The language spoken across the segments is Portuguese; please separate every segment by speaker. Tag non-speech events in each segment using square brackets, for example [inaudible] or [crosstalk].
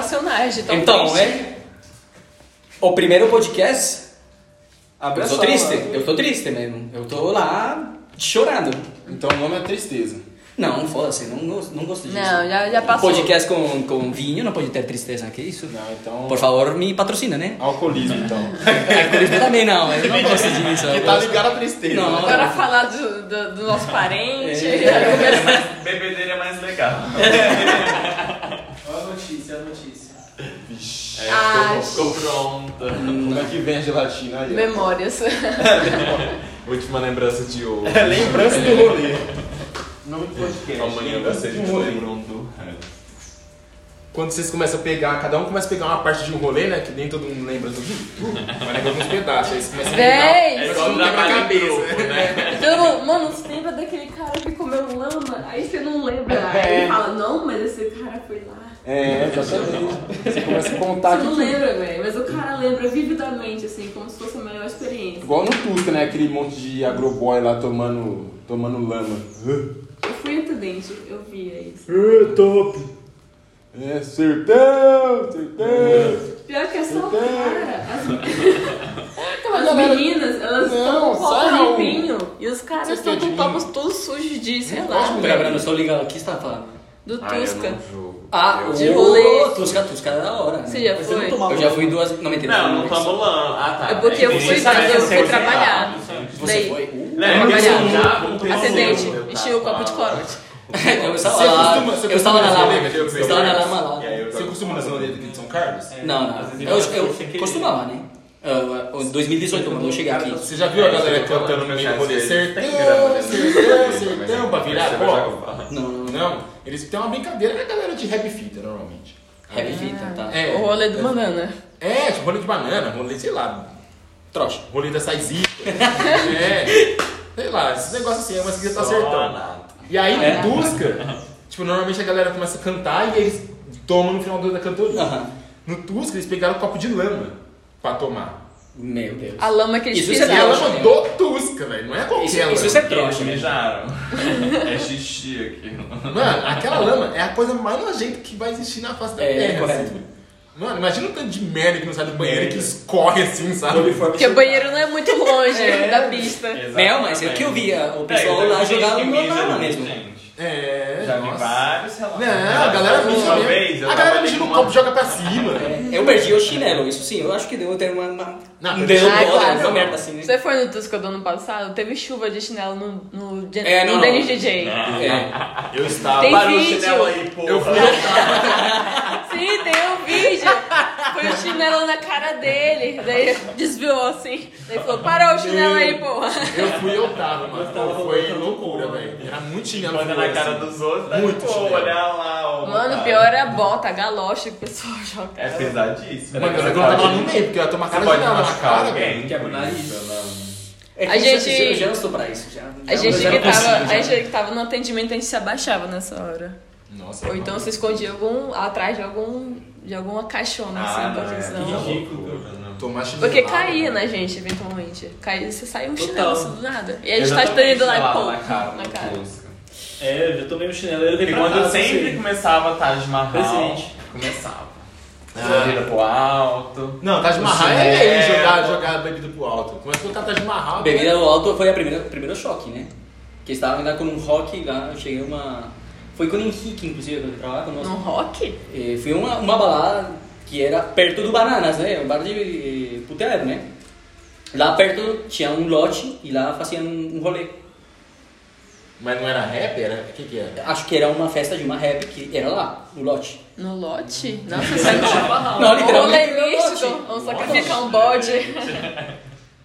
Speaker 1: Racionais de tão
Speaker 2: Então,
Speaker 1: triste.
Speaker 2: é. O primeiro podcast. né? eu tô triste, eu tô triste mesmo. Eu tô lá chorando.
Speaker 3: Então o nome é Tristeza.
Speaker 2: Não, foda-se, não, gosto- não gosto disso.
Speaker 1: Não, já, já passou.
Speaker 2: Podcast com, com vinho não pode ter tristeza, que isso?
Speaker 3: Não, então.
Speaker 2: Por favor, me patrocina, né?
Speaker 3: Alcoolismo, então.
Speaker 2: Alcoolismo também não, mas eu [laughs] não gosto [laughs] disso.
Speaker 3: Porque
Speaker 2: eu
Speaker 3: tá
Speaker 2: gosto-
Speaker 3: ligado à tristeza.
Speaker 2: Não.
Speaker 3: né?
Speaker 1: Agora falar do, do, do nosso parente.
Speaker 2: É.
Speaker 4: Bebê dele é mais legal.
Speaker 5: Olha a notícia, olha a notícia.
Speaker 3: Vixe.
Speaker 4: É,
Speaker 1: Ah,
Speaker 4: ficou, ficou pronta.
Speaker 3: Como é que vem a gelatina aí? ó?
Speaker 1: Memórias.
Speaker 4: Última lembrança de ouro.
Speaker 3: É lembrança do rolê.
Speaker 5: Nome do podcast.
Speaker 4: Amanhã vai ser de
Speaker 3: Um rolê.
Speaker 4: lembram do resto.
Speaker 6: Quando vocês começam a pegar, cada um começa a pegar uma parte de um rolê, né? Que nem todo mundo lembra do tudo, mas é alguns pedaços. Aí você começa a pegar. É um
Speaker 1: Véi!
Speaker 6: Só não lembra a cabeça.
Speaker 1: Todo mundo, mano, você lembra daquele cara que comeu lama? Aí você não lembra.
Speaker 2: É.
Speaker 1: Aí fala, não, mas esse cara foi lá.
Speaker 3: [laughs] É, exatamente. Você começa a
Speaker 2: Tá,
Speaker 3: contar
Speaker 1: Você não
Speaker 3: aqui.
Speaker 1: lembra, velho. Mas o cara lembra vividamente, assim, como se fosse a melhor experiência.
Speaker 3: Igual no Tusca, né? Aquele monte de agroboy lá tomando, tomando lama. [laughs]
Speaker 1: Eu fui atendente, eu via isso.
Speaker 3: É top! É sertão, sertão!
Speaker 1: Pior que é só o
Speaker 3: Tem.
Speaker 1: cara. As, Então, as
Speaker 3: galera-
Speaker 1: meninas, elas
Speaker 3: Não,
Speaker 1: estão com falta
Speaker 3: só
Speaker 1: de
Speaker 3: um.
Speaker 1: vinho. E os caras estão com
Speaker 3: tadinho.
Speaker 1: copos todos sujos de, sei lá,
Speaker 2: Não, Lembrando, só ligar aqui, você tá falando.
Speaker 1: do
Speaker 4: Ah, eu
Speaker 1: Tusca.
Speaker 4: não jogo.
Speaker 2: Ah,
Speaker 4: Eu-
Speaker 1: De
Speaker 2: o-
Speaker 1: rolê.
Speaker 2: Tusca, Tusca é da hora. né?
Speaker 1: Você já
Speaker 5: Você não
Speaker 1: foi?
Speaker 5: tomava
Speaker 2: Eu já fui duas. Não, mentira.
Speaker 4: Não,
Speaker 2: uma
Speaker 4: não
Speaker 2: vez.
Speaker 4: tamo lá. Ah, tá.
Speaker 1: É porque eu fui,
Speaker 4: Sabe que
Speaker 1: eu
Speaker 4: você
Speaker 1: fui
Speaker 4: é
Speaker 1: trabalhar.
Speaker 2: Você
Speaker 1: Daí,
Speaker 2: foi?
Speaker 4: Não, é porque
Speaker 1: trabalhar.
Speaker 4: eu já não tô
Speaker 1: Atendente,
Speaker 4: falando.
Speaker 1: enchi o
Speaker 4: Ah.
Speaker 1: copo de corote.
Speaker 2: [laughs] Eu estava
Speaker 6: Você
Speaker 2: lá.
Speaker 6: costuma- você
Speaker 2: Eu estava na
Speaker 6: costuma
Speaker 2: lama.
Speaker 6: fazer,
Speaker 2: Eu
Speaker 6: né?
Speaker 2: estava na lama lá.
Speaker 4: E aí eu
Speaker 6: Você
Speaker 4: jogo.
Speaker 6: costuma nas roletas aqui de São Carlos?
Speaker 2: Não, não.
Speaker 5: Às vezes
Speaker 2: Eu,
Speaker 5: eu
Speaker 2: eu
Speaker 5: acho que-
Speaker 2: costumava, né? Ah, Em 2018, quando eu cheguei aqui.
Speaker 6: É, Você já viu a galera cantando no meio do rolê? Sertão,
Speaker 4: né?
Speaker 6: sertão, sertão, pra virar pó?
Speaker 2: Não, não, não.
Speaker 6: Não, eles têm uma brincadeira com a galera de rap fita, normalmente.
Speaker 5: Ah.
Speaker 2: Heavy Fita, tá?
Speaker 6: É,
Speaker 1: O rolê do
Speaker 6: é-
Speaker 1: banana.
Speaker 6: É, tipo, rolê de banana, rolê, sei lá, trouxa, rolê da saizita.
Speaker 2: [laughs]
Speaker 6: é, sei lá, esses negócios assim, é uma que tá acertando. E aí,
Speaker 2: É.
Speaker 6: no Tusca, tipo, normalmente a galera começa a cantar e eles tomam no final da cantoria.
Speaker 2: Aham.
Speaker 6: No Tusca, eles pegaram um copo de lama pra tomar.
Speaker 2: Meu Deus.
Speaker 5: Ah.
Speaker 1: A lama que eles
Speaker 2: Isso você
Speaker 6: E a
Speaker 1: pisaram.
Speaker 2: Trouxa,
Speaker 6: lama
Speaker 2: né?
Speaker 6: do Tusca, velho, não é
Speaker 2: Isso,
Speaker 6: qualquer
Speaker 2: isso
Speaker 6: lama.
Speaker 2: é trouxa, né?
Speaker 4: Mijaram. É xixi aquilo.
Speaker 6: Mano, aquela lama é a coisa mais nojenta que vai existir na face da
Speaker 2: É,
Speaker 6: terra,
Speaker 2: correto. É.
Speaker 6: assim. Mano, imagina o tanto de merda que não sai do banheiro e que escorre assim, sabe?
Speaker 5: Uniforme
Speaker 1: Porque o banheiro não é muito longe
Speaker 2: É.
Speaker 1: da pista.
Speaker 2: Não, mas é o que eu via. O pessoal
Speaker 5: um
Speaker 2: lá
Speaker 4: um
Speaker 2: jogava no lama mesmo.
Speaker 6: É,
Speaker 4: Já vi
Speaker 6: nossa.
Speaker 4: vários relatos.
Speaker 6: Não, a galera mija
Speaker 4: Uma vez,
Speaker 6: mesmo.
Speaker 4: eu
Speaker 6: A galera
Speaker 4: tava
Speaker 6: mija no
Speaker 4: ali com uma-
Speaker 6: copo e joga pra cima.
Speaker 2: É, eu perdi o chinelo, isso sim. Eu acho que deu ter uma. uma...
Speaker 6: Não,
Speaker 2: um
Speaker 6: perdi o
Speaker 2: dedo
Speaker 1: chinelo.
Speaker 2: bola,
Speaker 1: Ah, claro.
Speaker 2: uma merda assim, né?
Speaker 1: Você foi no Tusca do ano passado? Teve chuva de chinelo no, no, Gen-
Speaker 2: É,
Speaker 1: no
Speaker 2: não, não.
Speaker 1: Dennis DJ.
Speaker 2: É.
Speaker 6: Eu estava.
Speaker 1: Tem
Speaker 4: Para o
Speaker 1: vídeo.
Speaker 4: chinelo aí, porra.
Speaker 6: Eu fui,
Speaker 1: Sim, tem um vídeo. Foi o chinelo na cara dele. Daí desviou assim. Daí falou, parou o chinelo aí, porra.
Speaker 6: eu fui e eu tava, mano. Pô, foi loucura, velho. Era muito chinelo.
Speaker 4: Manda
Speaker 6: fora,
Speaker 4: na cara
Speaker 6: assim.
Speaker 4: dos outros, daí,
Speaker 6: Muito
Speaker 4: pô,
Speaker 6: chinelo.
Speaker 4: olha lá, ó.
Speaker 1: Mano,
Speaker 4: cara.
Speaker 1: pior é a bota, a galocha que o pessoal joga.
Speaker 4: É pesadíssimo.
Speaker 6: Mano, eu
Speaker 4: Você
Speaker 6: não tava lá
Speaker 4: pode-
Speaker 6: tá no meio, porque eu ia tomar
Speaker 4: Você
Speaker 6: cara
Speaker 4: pode
Speaker 6: de nada na
Speaker 4: machucar
Speaker 6: cara, velho.
Speaker 4: alguém. é
Speaker 2: Quebra o nariz.
Speaker 4: Isso,
Speaker 2: É que
Speaker 1: A
Speaker 2: eu
Speaker 1: gente-
Speaker 2: já- Eu já sou pra isso. Já,
Speaker 1: A
Speaker 2: já-
Speaker 1: gente,
Speaker 2: já
Speaker 4: é
Speaker 1: que
Speaker 2: não consigo,
Speaker 1: tava,
Speaker 2: já.
Speaker 1: a gente que tava no atendimento, a gente se abaixava nessa hora.
Speaker 6: Nossa, é
Speaker 1: Ou então se escondia algum, atrás de, algum, de alguma caixona, assim,
Speaker 4: Ah,
Speaker 1: pra
Speaker 4: não, é.
Speaker 1: visão.
Speaker 4: Que
Speaker 6: mano, tomar chinelo.
Speaker 1: Porque né? caía na gente, eventualmente. Caía, você sai um chinelo assim do nada. E a gente tá
Speaker 4: Exatamente,
Speaker 1: esperando lá e
Speaker 4: lá
Speaker 1: pô,
Speaker 4: na cara,
Speaker 1: na
Speaker 4: no
Speaker 1: cara.
Speaker 4: rosto.
Speaker 5: É, eu já tomei um chinelo. Eu dei
Speaker 4: Porque
Speaker 5: pra
Speaker 4: quando eu
Speaker 5: casa,
Speaker 4: sempre
Speaker 5: assim.
Speaker 4: começava a tarde Mahal,
Speaker 5: Presidente.
Speaker 4: começava. Vira pro alto.
Speaker 6: Ah. Não, Taj Mahal
Speaker 4: Chinelo.
Speaker 6: é ele jogar, jogar bebida pro alto. Começa a tá colocar Taj Mahal.
Speaker 2: A bebida do alto foi a primeira, o primeiro choque, né? Que estava ainda com um rock lá, eu cheguei uma. Foi com o Henrique, inclusive, quando eu trabalhava com nós.
Speaker 1: Num rock?
Speaker 2: Eh, Foi uma, uma balada que era perto do Bananas, né? Um bar de eh, puteiro, né? Lá perto tinha um lote e lá faziam um um rolê.
Speaker 6: Mas não era rap? Era. O que que era?
Speaker 2: Acho que era uma festa de uma rap que era lá, no lote.
Speaker 1: No lote? Nossa, isso é
Speaker 2: [laughs]
Speaker 1: não.
Speaker 2: Não, literalmente,
Speaker 1: Um
Speaker 2: no
Speaker 1: rolê místico,
Speaker 2: lote.
Speaker 1: vamos sacrificar um bode.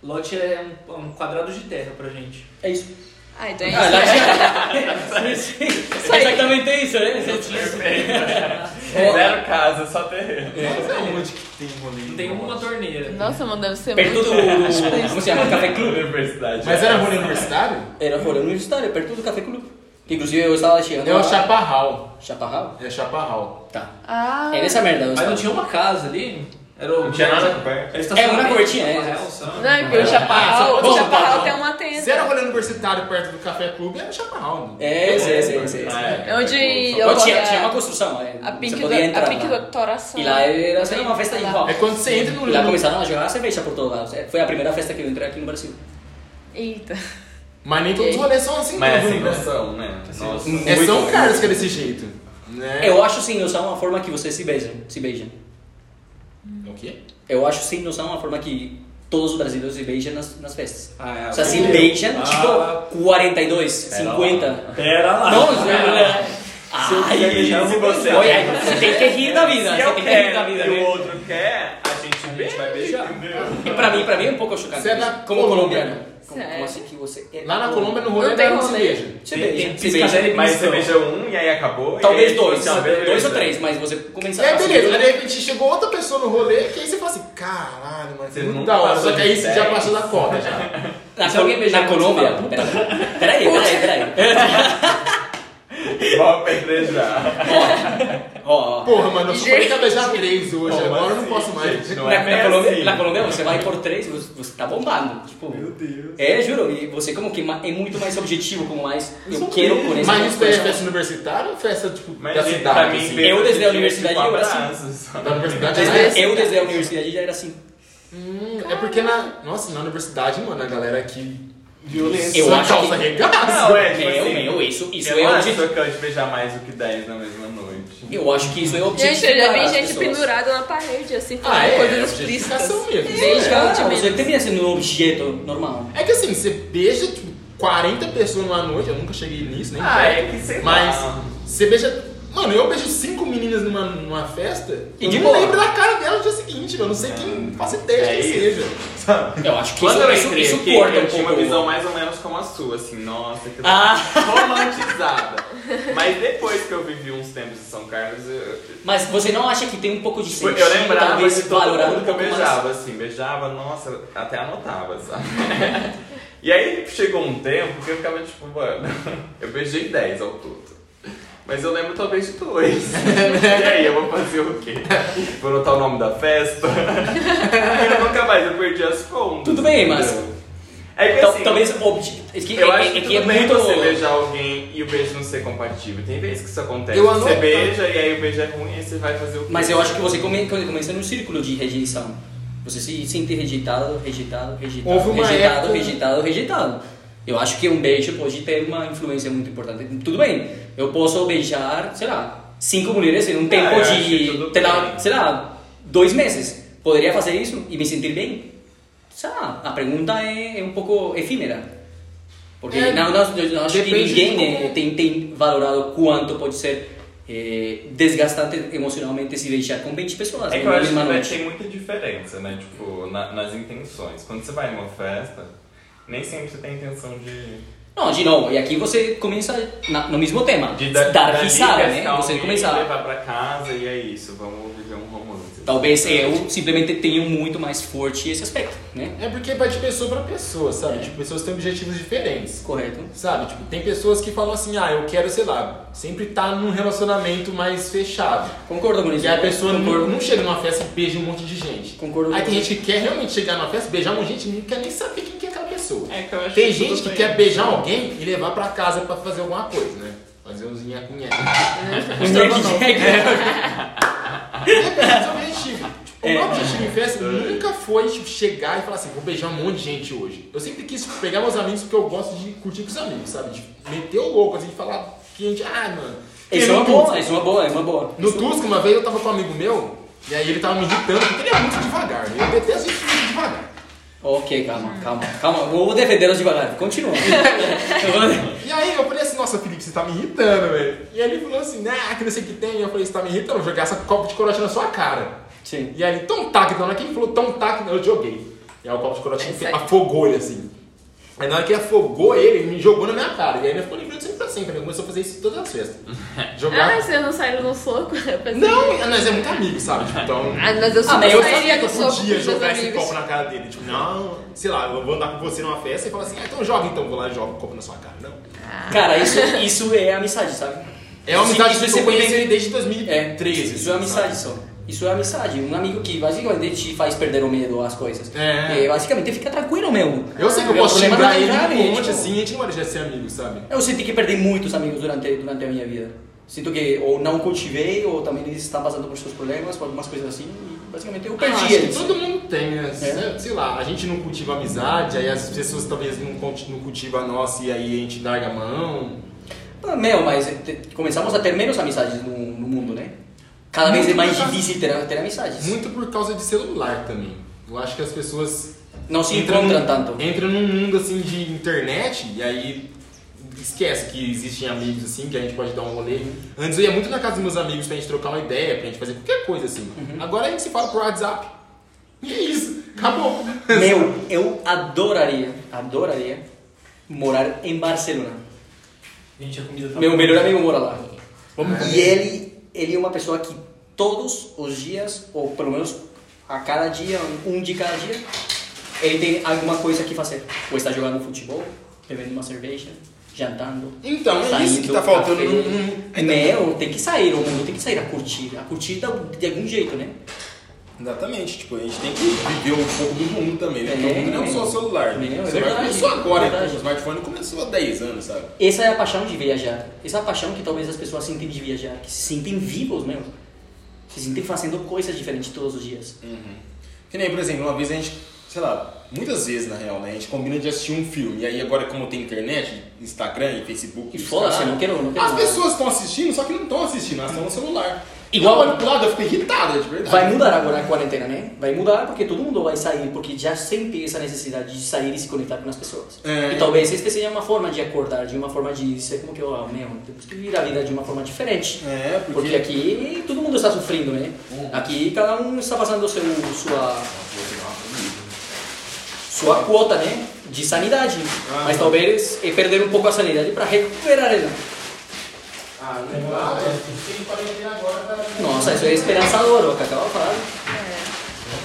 Speaker 5: Lote é um, um quadrado de terra pra gente.
Speaker 2: É isso.
Speaker 1: Ah, então é
Speaker 2: Ah, lá
Speaker 1: isso. né? [laughs]
Speaker 2: tinha- Sim,
Speaker 1: aí.
Speaker 2: Exatamente isso, né? É, Você tinha-
Speaker 4: Zero casa, só terreno.
Speaker 6: Mas é onde que tem rolê?
Speaker 5: Não tem uma torneira.
Speaker 1: Nossa, mano, deve ser
Speaker 2: Perto
Speaker 1: muito...
Speaker 2: do. Como se chama? Café Clube. é
Speaker 4: Universidade.
Speaker 6: Mas era rolê universitário?
Speaker 2: Era rolê universitário, perto do Café Clube. Que inclusive eu estava chegando.
Speaker 6: É o
Speaker 2: lá.
Speaker 6: Chaparral.
Speaker 2: Chaparral?
Speaker 6: É Chaparral.
Speaker 2: Tá.
Speaker 1: Ah,
Speaker 2: É nessa merda, eu
Speaker 5: Mas
Speaker 2: estava.
Speaker 5: não tinha uma casa ali? Era o-
Speaker 4: Não tinha nada perto.
Speaker 5: Era estacionamento, né?
Speaker 2: É, uma cortinha, é.
Speaker 5: uma realção.
Speaker 1: Não, porque o
Speaker 6: Ah,
Speaker 1: Chaparral,
Speaker 6: só-
Speaker 1: o Chaparral
Speaker 6: só-
Speaker 1: tem uma
Speaker 6: Se era
Speaker 1: tenda.
Speaker 6: rolê universitário perto do Café Clube, era Chaparral. né?
Speaker 2: É, sim, sim, sim.
Speaker 4: Ah,
Speaker 2: sim.
Speaker 4: é.
Speaker 1: É onde eu
Speaker 2: Não, tinha,
Speaker 1: a-
Speaker 2: tinha uma construção, é,
Speaker 1: a
Speaker 2: você
Speaker 1: Pink do,
Speaker 2: podia entrar
Speaker 1: a Pink
Speaker 2: lá.
Speaker 1: do Toração.
Speaker 2: E lá era assim, uma festa de rock.
Speaker 6: É quando você entra no
Speaker 2: E lá começaram a jogar cerveja por todos lados. É, Foi a primeira festa que eu entrei aqui no Brasil.
Speaker 1: Eita.
Speaker 6: Mas nem todos os rolês são assim,
Speaker 4: Mas é
Speaker 6: não,
Speaker 4: sem
Speaker 6: né?
Speaker 4: noção, né? Nossa.
Speaker 6: É
Speaker 2: Muito
Speaker 6: São
Speaker 2: bom.
Speaker 6: Carlos que é desse jeito.
Speaker 1: Eh.
Speaker 6: Né?
Speaker 2: Eu acho sem noção uma forma que vocês se beijam. Se beijam.
Speaker 6: É O quê?
Speaker 2: Eu acho sem noção uma forma que todos os brasileiros se beijam nas, nas festas.
Speaker 5: Ah, é.
Speaker 2: Só se
Speaker 5: Entendeu?
Speaker 2: beijam,
Speaker 5: Ah.
Speaker 2: tipo, 42, 50.
Speaker 5: Pera lá.
Speaker 2: Não, não é. Ai,
Speaker 4: quer beijar, eu vou beijar.
Speaker 2: olha, você é. tem que rir da vida.
Speaker 4: Se
Speaker 2: Você
Speaker 4: eu
Speaker 2: tem que rir da
Speaker 4: quero
Speaker 2: vida,
Speaker 4: e o
Speaker 2: né?
Speaker 4: outro quer, a gente, vai beijar. Entendeu?
Speaker 2: E pra mim, pra mim é um pouco chocante.
Speaker 6: Você é da
Speaker 2: como
Speaker 6: Colômbia.
Speaker 2: colombiano. Como,
Speaker 1: Sério?
Speaker 2: como assim que você é?
Speaker 6: Lá na Colômbia, no rolê,
Speaker 1: Não tem
Speaker 6: não é se
Speaker 1: rolê.
Speaker 6: beija.
Speaker 2: Você beija.
Speaker 4: Se
Speaker 2: Você beija.
Speaker 4: beija, mas você beija um e aí acabou.
Speaker 2: Talvez
Speaker 4: e aí,
Speaker 2: dois.
Speaker 4: então, beleza.
Speaker 2: Dois ou
Speaker 4: [laughs]
Speaker 2: três, mas você
Speaker 6: E
Speaker 2: começa
Speaker 6: aí,
Speaker 2: a se
Speaker 6: beleza,
Speaker 2: beijar.
Speaker 6: aí de repente chegou outra pessoa no rolê, que aí você fala assim, caralho, mano, você
Speaker 4: Você
Speaker 6: muito
Speaker 4: nunca
Speaker 6: da hora.
Speaker 4: passou
Speaker 6: Só que
Speaker 4: de
Speaker 6: aí você já
Speaker 4: dez.
Speaker 6: passou da cota já.
Speaker 2: Na,
Speaker 5: Se alguém beijar
Speaker 2: na
Speaker 5: você
Speaker 2: Colômbia?
Speaker 5: fala,
Speaker 2: Peraí, peraí, peraí. peraí.
Speaker 4: Vamos beijar.
Speaker 2: Ó, ó.
Speaker 6: Porra, mano, eu só falei
Speaker 1: Gente.
Speaker 6: que ia beijar três hoje,
Speaker 4: Como
Speaker 6: agora eu não
Speaker 4: assim,
Speaker 6: posso mais.
Speaker 4: gente? Não é
Speaker 2: Na, na,
Speaker 4: bem
Speaker 2: Colômbia,
Speaker 4: assim.
Speaker 2: na Colômbia você vai por três, você, você tá bombado. Tipo, Meu Deus. É, juro. E você como que ma- é muito mais objetivo, como mais
Speaker 4: é um
Speaker 2: eu quero com esse tipo
Speaker 6: Mas isso daí é
Speaker 2: coisa.
Speaker 6: festa universitária ou festa, tipo,
Speaker 4: Mas
Speaker 6: da
Speaker 4: ele,
Speaker 6: cidade,
Speaker 4: pra mim,
Speaker 6: assim?
Speaker 4: beijo
Speaker 2: Eu desde a
Speaker 4: de
Speaker 2: universidade,
Speaker 4: tipo,
Speaker 2: eu era assim.
Speaker 4: abraço, só.
Speaker 6: Da universidade
Speaker 2: Desde-
Speaker 6: já é assim.
Speaker 2: eu desde a universidade já era assim.
Speaker 6: Hum, é porque na. Nossa, na universidade, mano, a galera aqui.
Speaker 5: Violência.
Speaker 2: Eu
Speaker 6: só
Speaker 2: acho
Speaker 6: calça
Speaker 2: que-
Speaker 6: regaça.
Speaker 4: Não, é, tipo
Speaker 2: meu,
Speaker 4: assim,
Speaker 2: meu, isso, isso
Speaker 4: eu
Speaker 2: é
Speaker 4: não acho
Speaker 2: objetivo.
Speaker 4: que eu de beijar mais do que 10 na mesma noite.
Speaker 2: Eu acho que isso é objetivo.
Speaker 1: Gente, eu já vi
Speaker 2: das
Speaker 1: gente
Speaker 2: pessoas.
Speaker 1: pendurada na parede, assim, fazendo
Speaker 6: Ah, é? é
Speaker 1: coisas explícitas.
Speaker 6: objetificação mesmo.
Speaker 1: Beijo.
Speaker 2: Ah,
Speaker 1: Gente,
Speaker 2: você termina sendo um objeto normal.
Speaker 6: É que assim, você beija, tipo, 40 pessoas numa noite, eu nunca cheguei nisso, nem
Speaker 4: Ah,
Speaker 6: perto.
Speaker 4: é que sei
Speaker 6: Mas
Speaker 4: lá.
Speaker 6: você beija. Mano, eu beijo cinco meninas numa, numa festa
Speaker 2: E
Speaker 6: eu
Speaker 2: de
Speaker 6: não
Speaker 2: boa.
Speaker 6: lembro da cara dela no dia seguinte, eu não sei quem faça ideia de
Speaker 4: É
Speaker 6: quem
Speaker 4: isso.
Speaker 6: seja.
Speaker 2: Eu acho que
Speaker 4: Quando eu
Speaker 2: isso,
Speaker 4: entrei
Speaker 2: isso,
Speaker 4: aqui,
Speaker 2: isso corta
Speaker 4: eu
Speaker 2: um
Speaker 4: tinha
Speaker 2: pouco.
Speaker 4: uma visão mais ou menos como a sua, assim, nossa, que
Speaker 2: Ah.
Speaker 4: romantizada. Mas depois que eu vivi uns tempos em São Carlos, eu,
Speaker 2: Mas você não acha que tem um pouco de
Speaker 4: tipo,
Speaker 2: sentido,
Speaker 4: eu lembrava
Speaker 2: talvez,
Speaker 4: de todo
Speaker 2: valorar um
Speaker 4: mundo que eu
Speaker 2: pouco mais?
Speaker 4: beijava, assim, beijava, nossa, até anotava, sabe?
Speaker 2: [laughs]
Speaker 4: e aí chegou um tempo que eu ficava tipo, mano, [laughs] eu beijei 10 ao todo. Mas eu lembro talvez de
Speaker 2: [laughs]
Speaker 4: dois. e aí, eu vou fazer o quê? Vou anotar o nome da festa? eu nunca mais, eu perdi as contas.
Speaker 2: Tudo bem, mas-
Speaker 4: entendeu? É que
Speaker 2: Tal-
Speaker 4: assim,
Speaker 2: talvez o obje- é que-
Speaker 4: Eu
Speaker 2: é-
Speaker 4: acho
Speaker 2: é
Speaker 4: que
Speaker 2: que é
Speaker 4: tudo bem
Speaker 2: muito-
Speaker 4: você beijar alguém e o beijo não ser compatível. Tem vezes que isso acontece.
Speaker 6: Eu
Speaker 4: você
Speaker 6: anoto.
Speaker 4: beija e aí o beijo é ruim e você vai fazer o quê?
Speaker 2: Mas eu acho que você come, quando começa num círculo de rejeição. Você se sente rejeitado, rejeitado, rejeitado,
Speaker 6: Houve uma
Speaker 2: rejeitado,
Speaker 6: época-
Speaker 2: rejeitado, rejeitado. Eu acho que um beijo pode ter uma influência muito importante. Tudo bem, eu posso beijar, sei lá, cinco mulheres
Speaker 6: É,
Speaker 2: em um tempo
Speaker 4: eu acho que
Speaker 2: de,
Speaker 4: tudo
Speaker 2: sei lá,
Speaker 4: bem.
Speaker 2: sei lá, dois meses. Poderia fazer isso e me sentir bem? Sei lá, a pergunta é, é um pouco efímera. Porque
Speaker 6: É,
Speaker 2: não, não, eu não acho que
Speaker 6: depende de
Speaker 2: ninguém
Speaker 6: como-
Speaker 2: eh, tem, tem valorado quanto pode ser eh, desgastante emocionalmente se deixar com 20 pessoas
Speaker 4: É que
Speaker 2: na
Speaker 4: eu acho
Speaker 2: mesma
Speaker 4: que né,
Speaker 2: noite.
Speaker 4: tem muita diferença, né? Tipo, na- nas intenções. Quando você vai numa festa, nem sempre você tem a intenção de.
Speaker 2: Não, de novo, e aqui você começa na- no mesmo tema,
Speaker 4: de
Speaker 2: dar,
Speaker 4: dali
Speaker 2: risada, né?
Speaker 4: pescar
Speaker 2: Você
Speaker 4: alguém,
Speaker 2: começar.
Speaker 4: levar pra casa e é isso, vamos viver um romance.
Speaker 2: Talvez eu simplesmente tenha muito mais forte esse aspecto, né?
Speaker 6: É porque vai de pessoa pra pessoa,
Speaker 4: É.
Speaker 6: sabe? Tipo, pessoas têm objetivos diferentes.
Speaker 2: Correto.
Speaker 6: Sabe, tipo, tem pessoas que falam assim, ah, eu quero, sei lá, sempre estar num relacionamento mais fechado.
Speaker 2: Concordo com isso.
Speaker 6: E a pessoa não,
Speaker 2: concordo.
Speaker 6: não chega numa festa e beija um monte de gente.
Speaker 2: Concordo
Speaker 6: Aí
Speaker 2: com
Speaker 6: tem gente que quer realmente chegar numa festa, beijar um monte de gente e não quer nem saber quem que é aquela pessoa.
Speaker 4: É que eu acho
Speaker 6: Tem
Speaker 4: tudo
Speaker 6: gente que
Speaker 4: bem.
Speaker 6: quer beijar alguém e levar pra casa pra fazer alguma coisa, né? Fazer uns nhaco-nhaco. [laughs]
Speaker 2: [laughs] Um nhaque-nhaque.
Speaker 6: Depende do É, objetivo. Tipo, o meu
Speaker 2: É.
Speaker 6: objetivo em festa nunca foi tipo, chegar e falar assim, vou beijar um monte de gente hoje. Eu sempre quis pegar meus amigos porque eu gosto de curtir com os amigos, sabe? De meter o louco, assim, de falar que a gente, ah, mano...
Speaker 2: Isso é uma boa, isso é uma boa, é uma boa.
Speaker 6: No Tusca, uma vez eu tava com um amigo meu, e aí ele tava me irritando, porque ele é muito devagar. né? Eu detesto gente muito devagar.
Speaker 2: Ok, calma, calma, calma. Eu Vou defender os devagar.
Speaker 6: [laughs]
Speaker 2: Continua. Eu vou-
Speaker 6: E aí eu falei assim, nossa, Felipe, você tá me irritando, velho. E aí ele falou assim, ah, que não sei o que tem. E eu falei, você tá me irritando, eu vou jogar essa copa de corote na sua cara.
Speaker 2: Sim.
Speaker 6: E aí ele, tão tac, então, na hora que ele falou tão tac, eu joguei. E aí o copo de corote
Speaker 1: É isso
Speaker 6: fe-
Speaker 1: aí.
Speaker 6: afogou ele assim. Aí na hora que ele afogou ele, ele me jogou na minha cara. E aí ele ficou lembrando sempre pra sempre. Ele começou a fazer isso em todas
Speaker 1: [laughs]
Speaker 6: as festas.
Speaker 1: Ah,
Speaker 6: Jogar.
Speaker 1: mas vocês não saíram no soco? [laughs] Eu pensei-
Speaker 6: não, nós é muito amigo, sabe? Tipo, então.
Speaker 1: Ah, mas eu
Speaker 2: Ah,
Speaker 1: super
Speaker 2: mas eu
Speaker 1: sairia
Speaker 6: Eu
Speaker 1: no soco com
Speaker 6: podia
Speaker 1: os meus
Speaker 6: jogar esse
Speaker 1: amigos.
Speaker 6: copo na cara dele. Tipo, não, sei lá, eu vou andar com você numa festa e falar assim, ah, então joga então, vou lá e jogo o copo na sua cara. Não.
Speaker 2: Cara, isso, isso é amizade, sabe?
Speaker 6: É uma amizade
Speaker 2: Isso-
Speaker 6: que
Speaker 2: isso é
Speaker 6: eu
Speaker 2: simplesmente-
Speaker 6: conheci ele desde
Speaker 2: É,
Speaker 6: 2013.
Speaker 2: isso é amizade
Speaker 6: sabe?
Speaker 2: só. Isso é amizade. Um amigo que basicamente te faz perder o medo às coisas.
Speaker 6: É.
Speaker 2: E, basicamente fica tranquilo, meu.
Speaker 6: Eu sei que eu
Speaker 2: Meu
Speaker 6: posso
Speaker 2: problema não
Speaker 6: xingar
Speaker 2: é
Speaker 6: ele
Speaker 2: nada,
Speaker 6: um monte
Speaker 2: tipo,
Speaker 6: assim, a gente não vai deixar de ser amigo, sabe?
Speaker 2: Eu senti que perdi muitos amigos durante, durante a minha vida. Sinto que ou não cultivei, ou também eles estão passando por seus problemas, por algumas coisas assim. E basicamente eu perdi É.
Speaker 6: Ah, acho que
Speaker 2: eles.
Speaker 6: todo mundo tem, né? Sei lá, a gente não cultiva amizade, aí as pessoas talvez não, conti- não cultivam a nossa e aí a gente larga a mão.
Speaker 2: Ah, Meu, mas eh, te- começamos a ter menos amizades no, no mundo, né? Cada vez é
Speaker 6: Muito
Speaker 2: mais
Speaker 6: por causa-
Speaker 2: difícil ter, ter amizades.
Speaker 6: Muito por causa de celular também. Eu acho que as pessoas
Speaker 2: Não se
Speaker 6: entram
Speaker 2: encontram
Speaker 6: num-
Speaker 2: tanto.
Speaker 6: entram num mundo assim de internet e aí esquece que existem amigos assim, que a gente pode dar um rolê. Antes eu ia muito na casa dos meus amigos pra gente trocar uma ideia, pra gente fazer qualquer coisa assim.
Speaker 7: Uhum.
Speaker 6: Agora a gente se fala por WhatsApp. E é isso, acabou. [laughs]
Speaker 2: Meu, eu adoraria, adoraria morar em Barcelona.
Speaker 5: Gente, a comida tá
Speaker 2: Meu melhor amigo mora lá. E ele, ele é uma pessoa que todos os dias, ou pelo menos a cada dia, um de cada dia, ele tem alguma coisa que fazer. Ou está jogando futebol, bebendo uma cerveja, jantando.
Speaker 6: Então, é isso que
Speaker 2: saindo
Speaker 6: tá
Speaker 2: do
Speaker 6: faltando.
Speaker 2: café.
Speaker 6: num- num-
Speaker 2: Meu, tem que sair, o mundo tem que sair a curtir. A curtir da- de algum jeito, né?
Speaker 7: Exatamente, tipo, a gente tem que viver um pouco do mundo também, né? Porque
Speaker 2: É.
Speaker 7: o mundo não é só o celular, né?
Speaker 2: É, é
Speaker 7: O celular
Speaker 2: verdade.
Speaker 7: começou
Speaker 6: É
Speaker 7: agora,
Speaker 2: Verdade.
Speaker 7: o smartphone começou há 10 anos, sabe?
Speaker 2: Essa é a paixão de viajar. Essa é a paixão que talvez as pessoas sentem de viajar, que se sentem vivos mesmo. Se sentem fazendo coisas diferentes todos os dias.
Speaker 7: Que nem, por exemplo, uma vez a gente, sei lá, muitas vezes na real, né? A gente combina de assistir um filme. E aí agora, como tem internet, Instagram e Facebook,
Speaker 2: E
Speaker 7: e os
Speaker 2: foda-se,
Speaker 7: caralho,
Speaker 2: não quero, não quero
Speaker 6: As
Speaker 2: nada.
Speaker 6: pessoas estão assistindo, só que não estão assistindo, elas estão no celular.
Speaker 2: Igual-
Speaker 6: eu olho pro lado, eu fico irritada, de verdade.
Speaker 2: Vai mudar agora a quarentena, né? Vai mudar porque todo mundo vai sair, porque já sente essa necessidade de sair e se conectar com as pessoas.
Speaker 6: É.
Speaker 2: E talvez esta seja uma forma de acordar, de uma forma de ser como que eu, ah, meu, temos que viver a vida de uma forma diferente.
Speaker 7: É, porque,
Speaker 2: Porque aqui todo mundo está sofrendo, né? Aqui cada um está passando seu, sua, sua quota, né? De sanidade. Mas talvez é perder um pouco a sanidade para recuperar ela.
Speaker 6: Ah, não dá, velho. Tem que parar agora pra...
Speaker 2: Nossa, isso é esperançador, o que acaba de falar.
Speaker 1: É.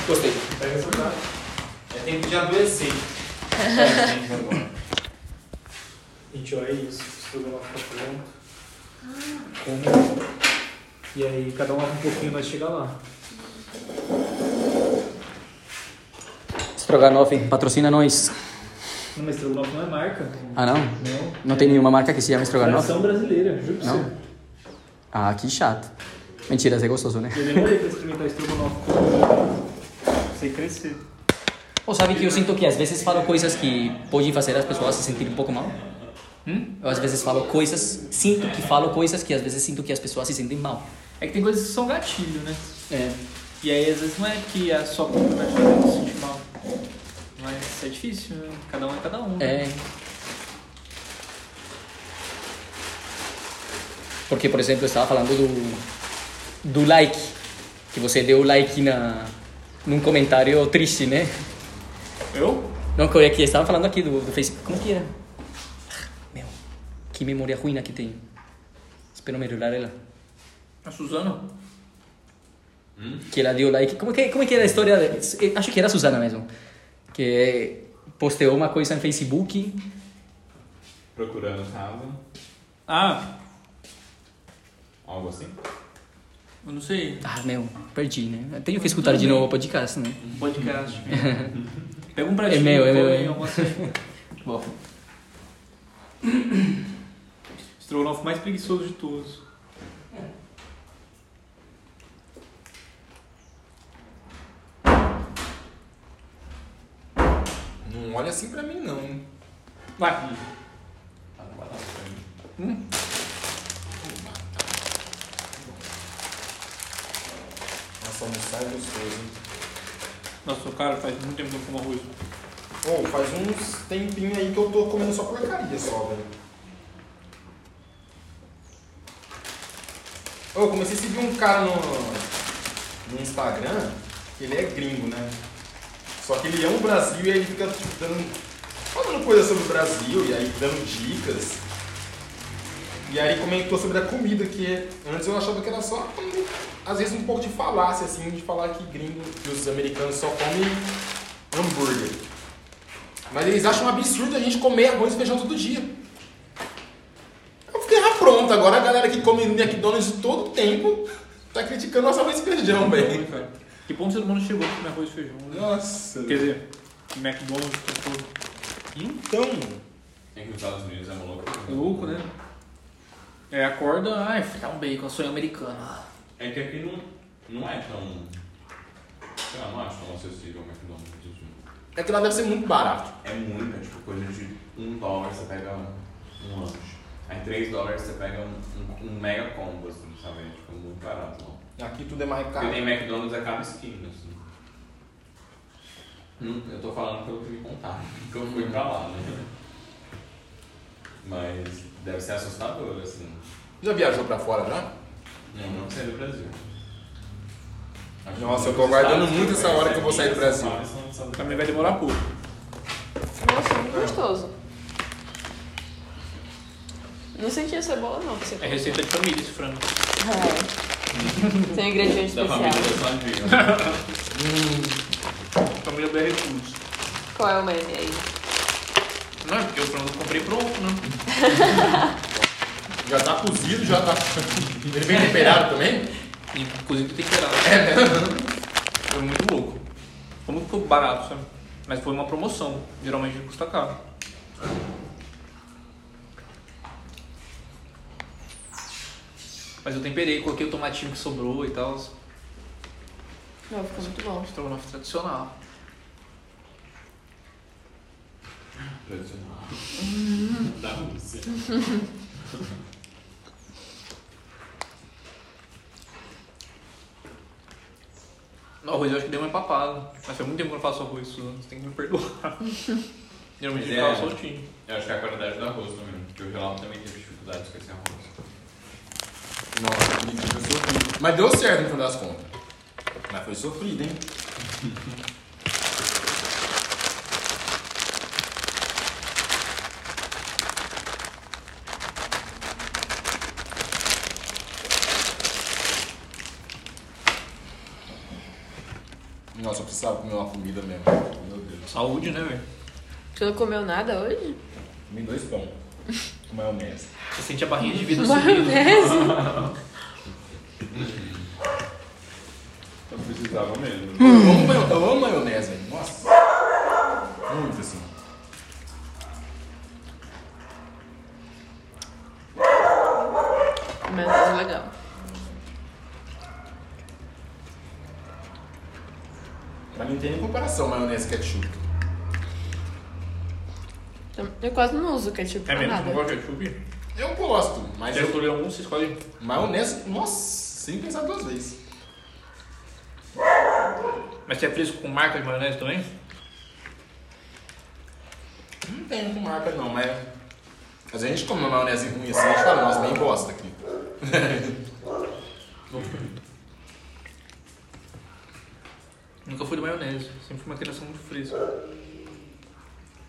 Speaker 2: Gostei.
Speaker 5: Pega essa cara. É tempo
Speaker 6: [laughs]
Speaker 5: de adoecer. É, gente, agora. Gente, olha isso. Esse programa fica pronto. Come. E aí, cada um lava um pouquinho, nós chega lá.
Speaker 2: Stroganoff, patrocina nós.
Speaker 5: Não, mas Estrogonofe não é marca.
Speaker 2: Ah, não?
Speaker 5: Não.
Speaker 2: Não tem nenhuma marca que se chama
Speaker 5: Tradição brasileira, juro pra
Speaker 2: Não?
Speaker 5: você.
Speaker 2: Ah, que chato. Mentira, você é gostoso, né?
Speaker 5: Eu demorei pra experimentar estrogonofe com Sem crescer.
Speaker 2: Ou sabe que eu sinto que às vezes falo coisas que podem fazer as pessoas se sentirem um pouco mal? Hum? Eu às vezes falo coisas, sinto que falo coisas que às vezes sinto que as pessoas se sentem mal.
Speaker 8: É que tem coisas que são gatilho, né?
Speaker 2: É.
Speaker 8: E aí, às vezes, não é que é só por vai fazer você sentir mal. Mas é difícil, né? Cada um é cada um. né?
Speaker 2: É. Porque, por exemplo, eu estava falando do, do like. Que você deu like na, num comentário triste, né?
Speaker 5: Eu?
Speaker 2: Não, que eu ia- que eu estava falando aqui do, do Facebook. Como é que era? Meu, que memória ruim que tenho. Espero melhorar ela.
Speaker 8: A Suzana?
Speaker 2: Que ela deu like. Como que, como que era a história? de- Acho que era a Suzana mesmo. Que posteou uma coisa no Facebook.
Speaker 4: Procurando casa.
Speaker 8: Ah,
Speaker 4: Algo assim.
Speaker 8: eu não sei.
Speaker 2: Ah, meu, perdi, né? Eu Tenho que escutar de novo o podcast, né?
Speaker 8: Podcast. né? Pega um pratinho.
Speaker 2: É meu, é
Speaker 8: põe
Speaker 2: meu, é.
Speaker 8: alguma coisa. assim. [coughs]
Speaker 2: Bom.
Speaker 8: Estrogonofe mais preguiçoso de todos.
Speaker 6: Não olha assim pra mim, não. hein?
Speaker 8: Vai.
Speaker 6: Nossa, almoçar é gostoso, hein?
Speaker 8: Nossa, cara, faz muito tempo que eu não como arroz.
Speaker 6: Ô, faz uns tempinho aí que eu tô comendo só porcaria só, velho. Ô, eu comecei a seguir um cara no, no Instagram, que ele é gringo, né? Só que ele ama o Brasil e aí ele fica tipo, dando, falando coisas sobre o Brasil e aí dando dicas. E aí ele comentou sobre a comida, que antes eu achava que era só, hum, às vezes, um pouco de falácia, assim, de falar que gringo, que os americanos só comem hambúrguer. Mas eles acham um absurdo a gente comer arroz e feijão todo dia. Eu fiquei, ah, pronto, agora a galera que come McDonald's todo tempo tá criticando nossa arroz e feijão, velho.
Speaker 8: Muito, cara. Que ponto o ser humano chegou com arroz e feijão? né?
Speaker 6: Nossa.
Speaker 8: Quer dizer, McDonald's, tá todo
Speaker 6: Então,
Speaker 4: É que os Estados Unidos é maluco.
Speaker 8: louco, né? É, acorda, ai, fritar um bacon, sonho americano. Ah,
Speaker 4: É que aqui não, não é tão. Sei lá, não acho tão acessível o McDonald's.
Speaker 6: é que lá deve ser muito barato.
Speaker 4: É muito, é tipo coisa de 1 dólar você pega um lanche. Aí 3 dólares você pega um, um- um mega combo, assim, sabe? É tipo muito barato lá.
Speaker 6: Aqui tudo é mais
Speaker 4: Porque
Speaker 6: caro.
Speaker 4: tem McDonald's a cada esquina, assim. Hum, Eu tô falando pelo que me contaram, [laughs] que eu fui pra lá, né? Mas deve ser assustador, assim.
Speaker 6: Já viajou pra fora já?
Speaker 4: Não, não sair do Brasil.
Speaker 6: Nossa, eu tô aguardando muito essa hora que eu vou sair do
Speaker 4: é
Speaker 6: Brasil.
Speaker 4: né?
Speaker 8: Também vai demorar pouco.
Speaker 1: Nossa, muito gostoso. Não sentia cebola, não. que Você
Speaker 8: É receita de família esse frango.
Speaker 1: É. Tem um ingrediente
Speaker 4: Da família
Speaker 1: especial.
Speaker 6: [laughs]
Speaker 4: da família.
Speaker 8: Família BR Foods.
Speaker 1: Qual é o meme aí?
Speaker 8: Não é porque o frango eu comprei pronto, né?
Speaker 6: Já tá cozido, já tá. [laughs] Ele vem temperado também?
Speaker 8: E cozido temperado. É [laughs] Foi muito louco. Foi muito barato, sabe? Mas foi uma promoção. Geralmente custa caro. Mas eu temperei, coloquei o tomatinho que sobrou e tal.
Speaker 1: Não, ficou muito bom.
Speaker 8: Estrogonofe tradicional.
Speaker 4: Da Rússia.
Speaker 8: No arroz eu acho que deu uma empapada. Mas faz muito tempo que eu não faço arroz, Suzana. Você tem que me [laughs] perdoar. Geralmente
Speaker 4: Mas
Speaker 8: eu
Speaker 4: é.
Speaker 8: faço soltinho.
Speaker 4: Eu acho que é a qualidade do arroz também, porque o Gelado também teve dificuldade de esquecer arroz.
Speaker 6: Nossa, que lindo, foi sofrido. Mas deu certo no final das contas. Mas foi sofrido, hein? Nossa, eu precisava comer uma comida mesmo. Meu Deus.
Speaker 8: Saúde, né, velho?
Speaker 1: Você não comeu nada hoje?
Speaker 6: Comi dois pão. Com maionese.
Speaker 8: Você sente a barrinha de vida subindo.
Speaker 1: Maionese?
Speaker 9: Eu precisava mesmo.
Speaker 6: Eu amo, maio- eu amo maionese, velho. Nossa. Muito assim.
Speaker 1: Maionese é legal.
Speaker 6: Pra mim não tem nem comparação maionese e ketchup.
Speaker 1: Então, Eu quase não uso ketchup
Speaker 8: É
Speaker 1: pra
Speaker 8: mesmo? Você
Speaker 1: nada.
Speaker 8: não gosta de ketchup?
Speaker 6: Eu gosto, mas
Speaker 8: Se eu
Speaker 6: eu,
Speaker 8: escolher um, você escolhe.
Speaker 6: maionese, nossa, sem pensar duas vezes.
Speaker 8: Mas você é fresco com marca de maionese também?
Speaker 6: Não tem com marca não, mas às vezes a gente come uma maionese ruim assim, a gente fala, nossa, nem bosta aqui.
Speaker 8: Nunca fui de maionese. Sempre fui uma criança muito fresca.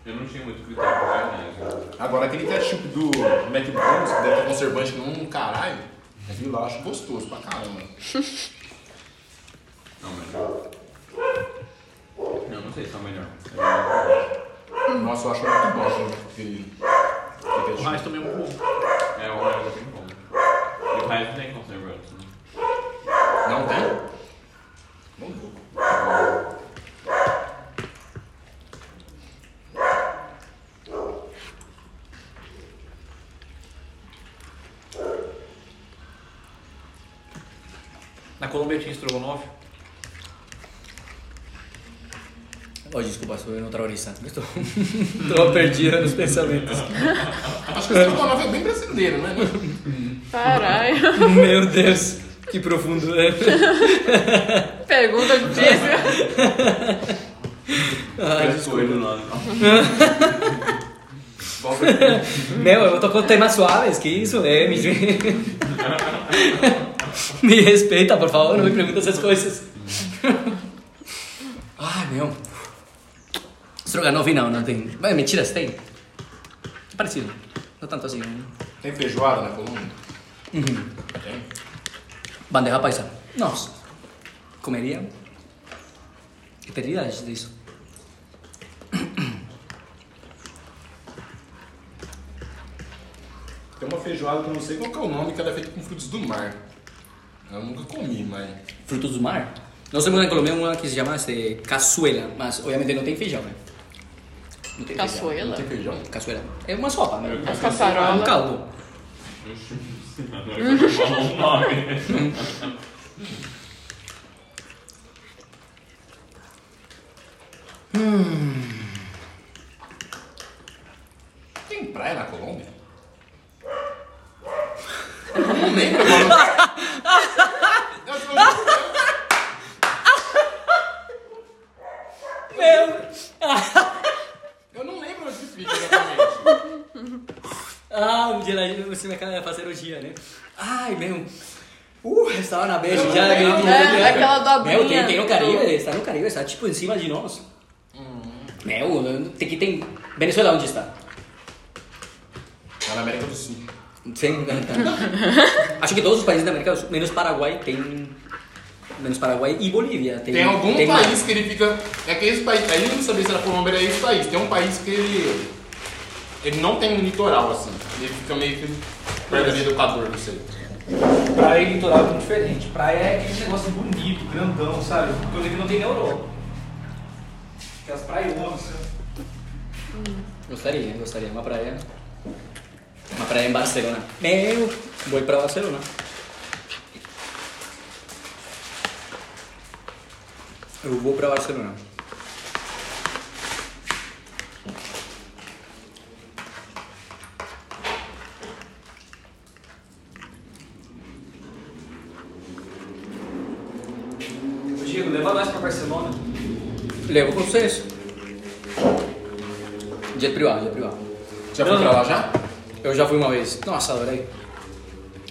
Speaker 4: Eu não tinha muito critério pra maionese.
Speaker 6: Agora aquele ketchup do McDonald's, que deve ter conservante num caralho, eu vi lá, eu acho gostoso pra caramba.
Speaker 4: Não, mas. Eu não sei se é o melhor. É o
Speaker 6: Nossa, eu acho muito bom aquele aquele
Speaker 8: O
Speaker 6: ketchup.
Speaker 8: resto também é um pouco.
Speaker 4: melhor. É o Oreo tem como. E o Raiz não tem conservante, né?
Speaker 6: Não tem? Bom louco.
Speaker 8: Na Colômbia tinha estrogonofe.
Speaker 2: Oh, desculpa, sou eu não terrorista. [laughs] Eu tô, tô perdido nos pensamentos.
Speaker 6: Acho que esse estrogonofe é bem brasileiro, né?
Speaker 1: Caralho. [laughs]
Speaker 2: Meu Deus, que profundo é.
Speaker 1: Pergunta
Speaker 2: [laughs]
Speaker 1: difícil.
Speaker 2: Ai,
Speaker 4: Coelho não.
Speaker 2: Meu, eu tô com temas suaves, que isso? É, me... me respeita, por favor, não me pergunta essas coisas. Ai, meu. Estrogonofe não, não tem. Mas, mentiras, tem. É Parecido. Não tanto assim. né?
Speaker 6: Tem feijoada na Colômbia?
Speaker 2: Bandeja paisa. Nossa. Comeria. Eternidades disso.
Speaker 6: Tem uma feijoada que eu não sei qual que é o nome, que ela é feita com frutos do mar. Eu nunca comi, mas.
Speaker 2: Frutos do mar. Nosotros en Colombia una que se llama este, cazuela, más obviamente no tiene feijão, né? Não tem feijão.
Speaker 1: Caçoela?
Speaker 6: Feijão.
Speaker 2: Cazuela. É uma sopa, né?
Speaker 1: As
Speaker 2: É um
Speaker 1: caçarolas?
Speaker 2: caldo.
Speaker 4: Agora eu falo um nome.
Speaker 6: Tem praia na Colômbia? Eu não lembro onde fica exatamente.
Speaker 2: Ah, um dia lá você na casa fazer o dia, né? Ai, meu. Uh, estava na beira já. né?
Speaker 1: É, aquela dobrinha.
Speaker 2: Meu, é tem, tem no Caribe, está no Caribe, está tipo em cima de nós. Meu, tem que tem. Venezuela onde está?
Speaker 6: É na América do Sul.
Speaker 2: Sem Acho que todos os países da América do Sul, menos Paraguai, tem. Menos Paraguai e Bolívia. Tem,
Speaker 6: Tem algum
Speaker 2: tem
Speaker 6: país que ele fica. É que esse país. Aí eu não sabia se era Colômbia era esse país. Tem um país que ele. Ele não tem um litoral assim. Ele fica meio que. Perto do Equador, não sei.
Speaker 10: Praia e litoral é muito diferente. Praia é aquele negócio bonito, grandão, sabe? Coisa que não tem na Europa. Que as praionas.
Speaker 2: Gostaria, gostaria. Uma praia. Uma praia em Barcelona. Meu, vou pra Barcelona. Eu vou pra Barcelona.
Speaker 10: Ô, Diego, leva nós pra Barcelona.
Speaker 2: Levo com vocês. Jet privado, jet privado.
Speaker 6: Já foi pra lá já?
Speaker 2: Eu já fui uma vez. Nossa, adorei.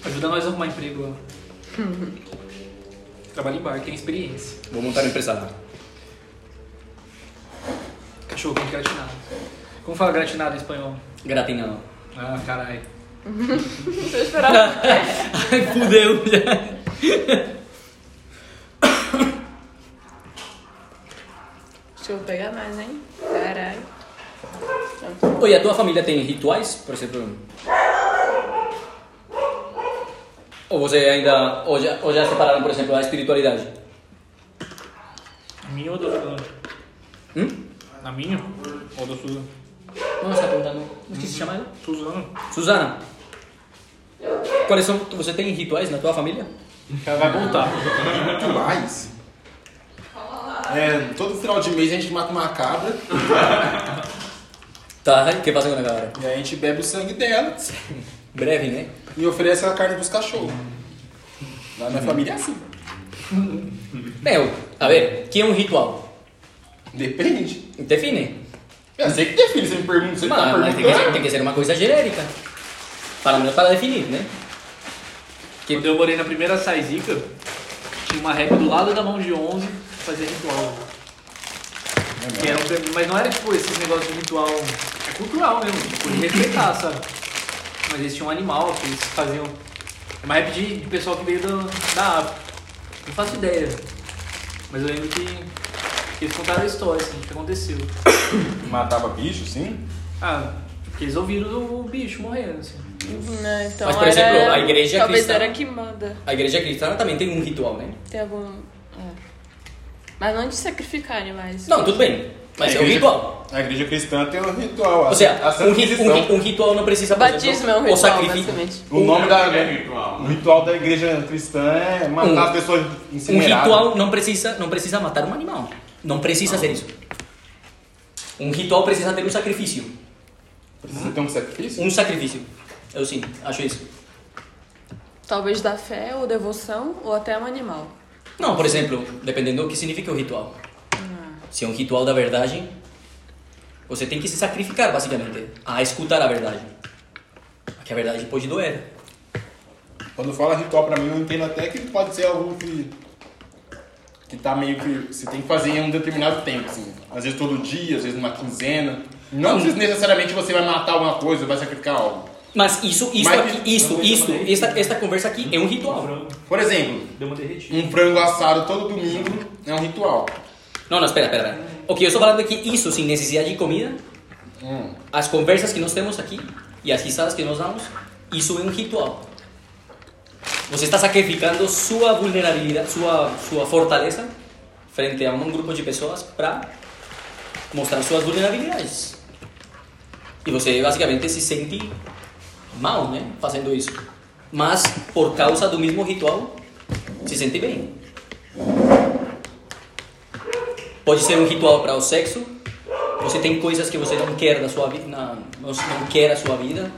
Speaker 8: Ajuda nós a arrumar emprego [laughs] lá. Trabalho em bar, tem experiência.
Speaker 2: Vou montar uma empresa lá.
Speaker 8: Cachorro quente gratinado. Como fala gratinado em espanhol?
Speaker 2: Gratinado.
Speaker 8: Ah, caralho.
Speaker 1: Eu
Speaker 2: [laughs]
Speaker 1: esperava.
Speaker 2: Ai, fudeu já.
Speaker 1: Deixa eu pegar mais, hein? Caralho.
Speaker 2: Oi, a tua família tem rituais, por exemplo? Ou você ainda. Ou já, ou já separaram, por exemplo, a espiritualidade?
Speaker 8: Minha ou da sua?
Speaker 2: Hum?
Speaker 8: Na minha? Ou da Suzana?
Speaker 2: Não, você tá perguntando. Mas que se chama ela?
Speaker 8: Suzano.
Speaker 2: Suzana. Quais são. Você tem rituais na tua família?
Speaker 8: Ela vai voltar.
Speaker 6: Mas. É, todo final de mês a gente mata uma cabra
Speaker 2: Tá, o que passa com a galera?
Speaker 6: e aí a gente bebe o sangue dela
Speaker 2: Breve, né?
Speaker 6: e oferece a carne pros cachorros. Lá na família é assim.
Speaker 2: Meu, a ver, o que é um ritual?
Speaker 6: Depende.
Speaker 2: Define.
Speaker 6: Eu sei que tem filho, você me pergunta, você tá
Speaker 2: Mas, mas tem, que ser,
Speaker 6: perguntando.
Speaker 2: tem que ser uma coisa genérica. Para menos para definir, né? Que-
Speaker 8: Quando eu morei na primeira Saizica, tinha uma régua do lado da mão de 11 que fazia ritual. Que era um- mas não era tipo esses negócios de ritual. É cultural mesmo, tipo, de respeitar, sabe? Mas eles tinham um animal que eles faziam. É uma rap de, de pessoal que veio do, da África. Não faço ideia. Mas eu lembro que, que eles contaram a história, assim, o que aconteceu.
Speaker 11: Matava bicho, sim?
Speaker 8: Ah, porque eles ouviram o, o bicho morrendo, assim.
Speaker 1: Não, então
Speaker 2: Mas, por
Speaker 1: era-
Speaker 2: exemplo, a igreja é
Speaker 1: Talvez
Speaker 2: cristã-
Speaker 1: era que manda.
Speaker 2: A igreja cristã também tem um ritual, né?
Speaker 1: Tem algum. é. Mas não é de sacrificar animais.
Speaker 2: Não, tudo bem. Mas
Speaker 6: A
Speaker 2: é um
Speaker 6: igreja-
Speaker 2: ritual.
Speaker 6: A igreja cristã tem um ritual.
Speaker 2: Ou seja, um, ri- um ri- um ritual não precisa por
Speaker 1: Batismo é um
Speaker 2: ou
Speaker 1: ritual,
Speaker 2: sacrifício.
Speaker 1: basicamente.
Speaker 6: O nome da.
Speaker 4: É ritual.
Speaker 11: O ritual da igreja cristã é matar
Speaker 2: Um-
Speaker 11: as pessoas
Speaker 2: Um
Speaker 11: incineradas.
Speaker 2: ritual não precisa, não precisa matar um animal. Não precisa ser isso. Um ritual precisa ter um sacrifício.
Speaker 6: Precisa ter um sacrifício?
Speaker 2: Um sacrifício. Eu sim, acho isso.
Speaker 1: Talvez da fé ou devoção ou até um animal.
Speaker 2: Não, por exemplo, dependendo do que significa o ritual.
Speaker 1: Hum.
Speaker 2: Se é um ritual da verdade, você tem que se sacrificar, basicamente, a escutar a verdade. Porque a verdade pode doer.
Speaker 6: Quando fala ritual pra mim, eu entendo até que pode ser algo que. que tá meio que. você tem que fazer em um determinado tempo, assim. Às vezes todo dia, às vezes numa quinzena. Não precisa necessariamente você vai matar alguma coisa, vai sacrificar algo.
Speaker 2: Mas isso, isso,
Speaker 6: Mas-
Speaker 2: aqui, isso, isso, esta, esta conversa aqui é um ritual.
Speaker 6: Por exemplo,
Speaker 10: Deu uma derretida.
Speaker 6: um frango assado todo domingo é um ritual.
Speaker 2: Não, não, espera, espera, espera. O que eu estou falando é que isso, sem necessidade de comida,
Speaker 6: Hum.
Speaker 2: as conversas que nós temos aqui e as risadas que nós damos, isso é um ritual. Você está sacrificando sua vulnerabilidade, sua, sua fortaleza frente a um grupo de pessoas para mostrar suas vulnerabilidades. E você basicamente se sente mal, né? Fazendo isso. Mas por causa do mesmo ritual, se sente bem. Pode ser um ritual para o sexo. Você tem coisas que você não quer da sua vida, não, não quer a sua vida,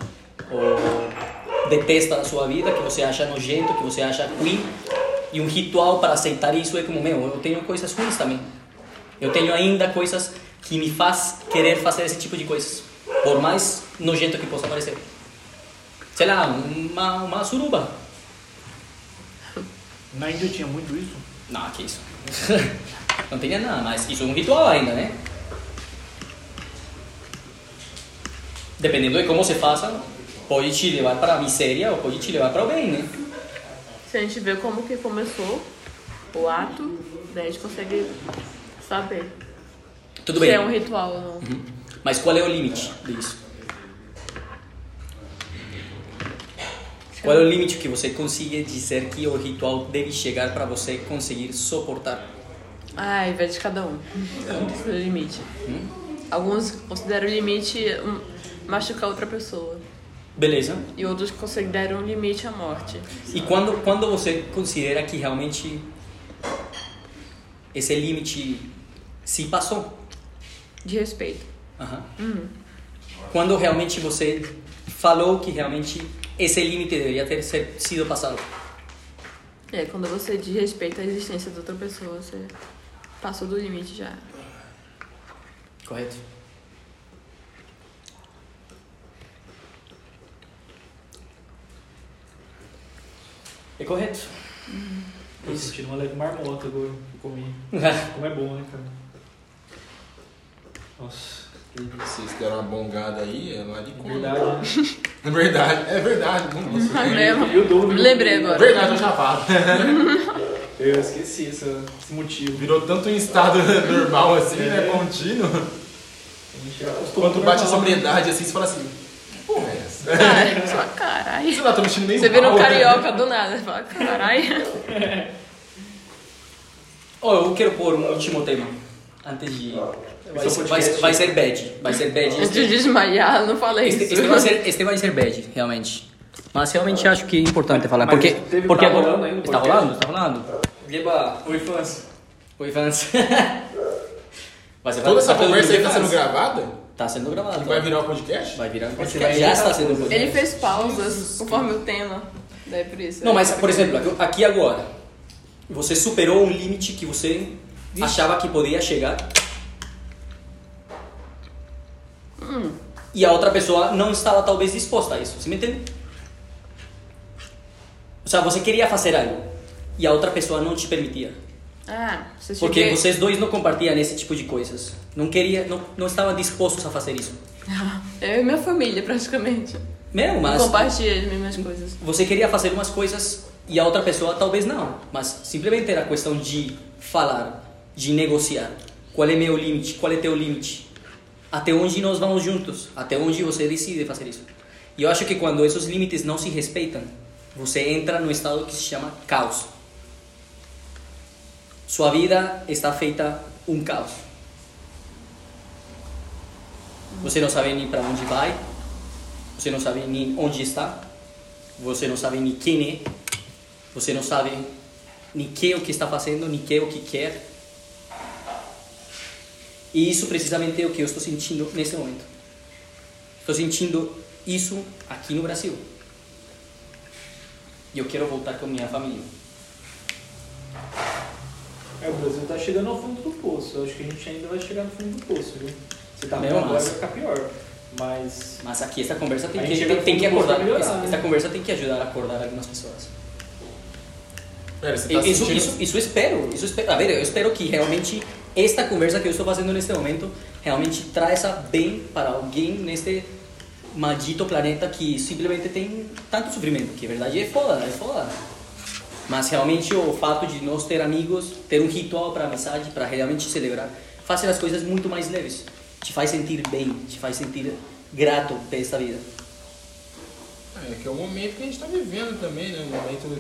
Speaker 2: ou detesta da sua vida, que você acha nojento, que você acha ruim. E um ritual para aceitar isso é como meu, eu tenho coisas ruins também. Eu tenho ainda coisas que me faz querer fazer esse tipo de coisas, por mais nojento que possa parecer. Sei lá, uma, uma suruba.
Speaker 8: Na Índia tinha muito isso.
Speaker 2: Não, que isso. [laughs] não tinha nada, mas isso é um ritual ainda, né? Dependendo de como se faça, pode te levar para a miséria ou pode te levar para o bem, né?
Speaker 1: Se a gente vê como que começou o ato, daí a gente consegue saber
Speaker 2: Tudo
Speaker 1: se
Speaker 2: bem. Uhum.
Speaker 1: é um ritual ou não.
Speaker 2: Mas qual é o limite disso? Qual é o limite que você consegue dizer que o ritual deve chegar para você conseguir suportar?
Speaker 1: Ah, vai de cada um. Cada um tem seu limite.
Speaker 2: Uhum.
Speaker 1: Alguns consideram o limite hum, machucar outra pessoa.
Speaker 2: Beleza?
Speaker 1: E outros consideram o limite a morte.
Speaker 2: E quando, quando você considera que realmente esse limite se passou?
Speaker 1: De respeito.
Speaker 2: Aham.
Speaker 1: Hum.
Speaker 2: Quando realmente você falou que realmente esse limite deveria ter ser- sido passado?
Speaker 1: É, quando você desrespeita a existência de outra pessoa, você passou do limite
Speaker 2: [laughs]
Speaker 1: já.
Speaker 2: Correto. É correto.
Speaker 8: Tô sentindo uma leve marmota agora. que eu [laughs] Comi. Como é bom, né, cara? Nossa, que delícia.
Speaker 7: Vocês deram uma bongada aí, é lá de como.
Speaker 8: verdade. né?
Speaker 7: É verdade, é verdade. Não, isso
Speaker 1: É
Speaker 7: é
Speaker 1: mesmo?
Speaker 8: E o dobro.
Speaker 1: Me lembrei agora.
Speaker 7: verdade, eu já falo.
Speaker 8: Eu esqueci essa- esse motivo.
Speaker 7: Virou tanto um estado [laughs] normal assim, né?
Speaker 6: É.
Speaker 7: Contínuo. Quando bate a sobriedade assim, você fala assim, que porra é essa?
Speaker 1: Cara, só caralho.
Speaker 7: Sei
Speaker 2: é
Speaker 7: lá, tô mexendo meio
Speaker 1: Você vira um
Speaker 7: mal, né?
Speaker 1: carioca do nada. Você fala, caralho.
Speaker 2: Oh, eu quero pôr um último tema. Antes de. Vai, ser- vai, ser- vai ser bad. Vai ser bad.
Speaker 1: Antes de desmaiar, não falei
Speaker 2: Este,
Speaker 1: isso.
Speaker 2: É este vai ser, este vai ser bad, realmente. Mas realmente acho que é importante falar.
Speaker 8: Mas
Speaker 2: porque
Speaker 8: teve-
Speaker 2: porque
Speaker 8: tá
Speaker 2: agora-
Speaker 8: rolando ainda o
Speaker 2: Está
Speaker 8: podcast?
Speaker 2: rolando, está rolando. Leva.
Speaker 5: Oi, fãs.
Speaker 2: Oi, fãs. [laughs] Vai ser-
Speaker 7: Toda essa
Speaker 2: tá todo
Speaker 7: conversa
Speaker 2: mundo
Speaker 7: aí tá sendo
Speaker 2: fãs.
Speaker 7: gravada?
Speaker 2: Tá sendo gravado.
Speaker 7: Vai
Speaker 6: um
Speaker 7: virar o podcast?
Speaker 2: Vai virar. um
Speaker 1: podcast.
Speaker 2: Já está sendo gravado.
Speaker 1: Ele fez pausas conforme o tema. Daí por isso.
Speaker 2: Não, mas, por exemplo, aqui- aqui agora, você superou um limite que você achava que poderia chegar. E a outra pessoa não estava talvez disposta a isso, você me entende? Ou seja, você queria fazer algo e a outra pessoa não te permitia.
Speaker 1: Ah, você chegou.
Speaker 2: Porque
Speaker 1: [laughs]
Speaker 2: vocês dois não compartilham esse tipo de coisas. Não queria, não, não estavam dispostos a fazer isso.
Speaker 1: Eu e É minha família, praticamente.
Speaker 2: Meu, mas
Speaker 1: Compartilha as mesmas coisas.
Speaker 2: você queria fazer umas coisas e a outra pessoa talvez não, mas simplesmente era questão de falar, de negociar. Qual é meu limite? Qual é teu limite? Até onde nós vamos juntos? Até onde você decide fazer isso? E eu acho que quando esses limites não se respeitam, você entra no estado que se chama caos. Sua vida está feita um caos. Você não sabe nem para onde vai, você não sabe nem onde está, você não sabe nem quem é, você não sabe nem que é o que está fazendo, nem que é o que quer. E isso precisamente é o que eu estou sentindo nesse momento. Estou sentindo isso aqui no Brasil. E eu quero voltar com minha família.
Speaker 8: É, o Brasil tá chegando ao fundo do poço. Eu acho que a gente ainda vai chegar no fundo do poço, viu? Se tá bom
Speaker 2: Meu,
Speaker 8: agora,
Speaker 2: mas-
Speaker 8: vai ficar pior. Mas.
Speaker 2: é Mas aqui essa conversa tem
Speaker 8: A
Speaker 2: que,
Speaker 8: gente chega
Speaker 2: tem, tem
Speaker 8: no
Speaker 2: que
Speaker 8: fundo
Speaker 2: acordar.
Speaker 8: pra melhorar,
Speaker 2: essa,
Speaker 8: né?
Speaker 2: essa conversa tem que ajudar a acordar algumas pessoas.
Speaker 7: Pera, você
Speaker 2: Eu-
Speaker 7: tá
Speaker 2: isso,
Speaker 7: sentindo...
Speaker 2: isso, isso espero, isso espero. A ver, eu espero que realmente esta conversa que eu estou fazendo neste momento realmente traça bem para alguém neste maldito planeta que simplesmente tem tanto sofrimento, que a verdade é foda, é foda. Mas realmente o fato de nós ter amigos, ter um ritual para amizade, para realmente celebrar, faz as coisas muito mais leves. Te faz sentir bem, te faz sentir grato por esta vida.
Speaker 6: Ah,
Speaker 7: É que é o momento que a gente tá vivendo também, né? Um momento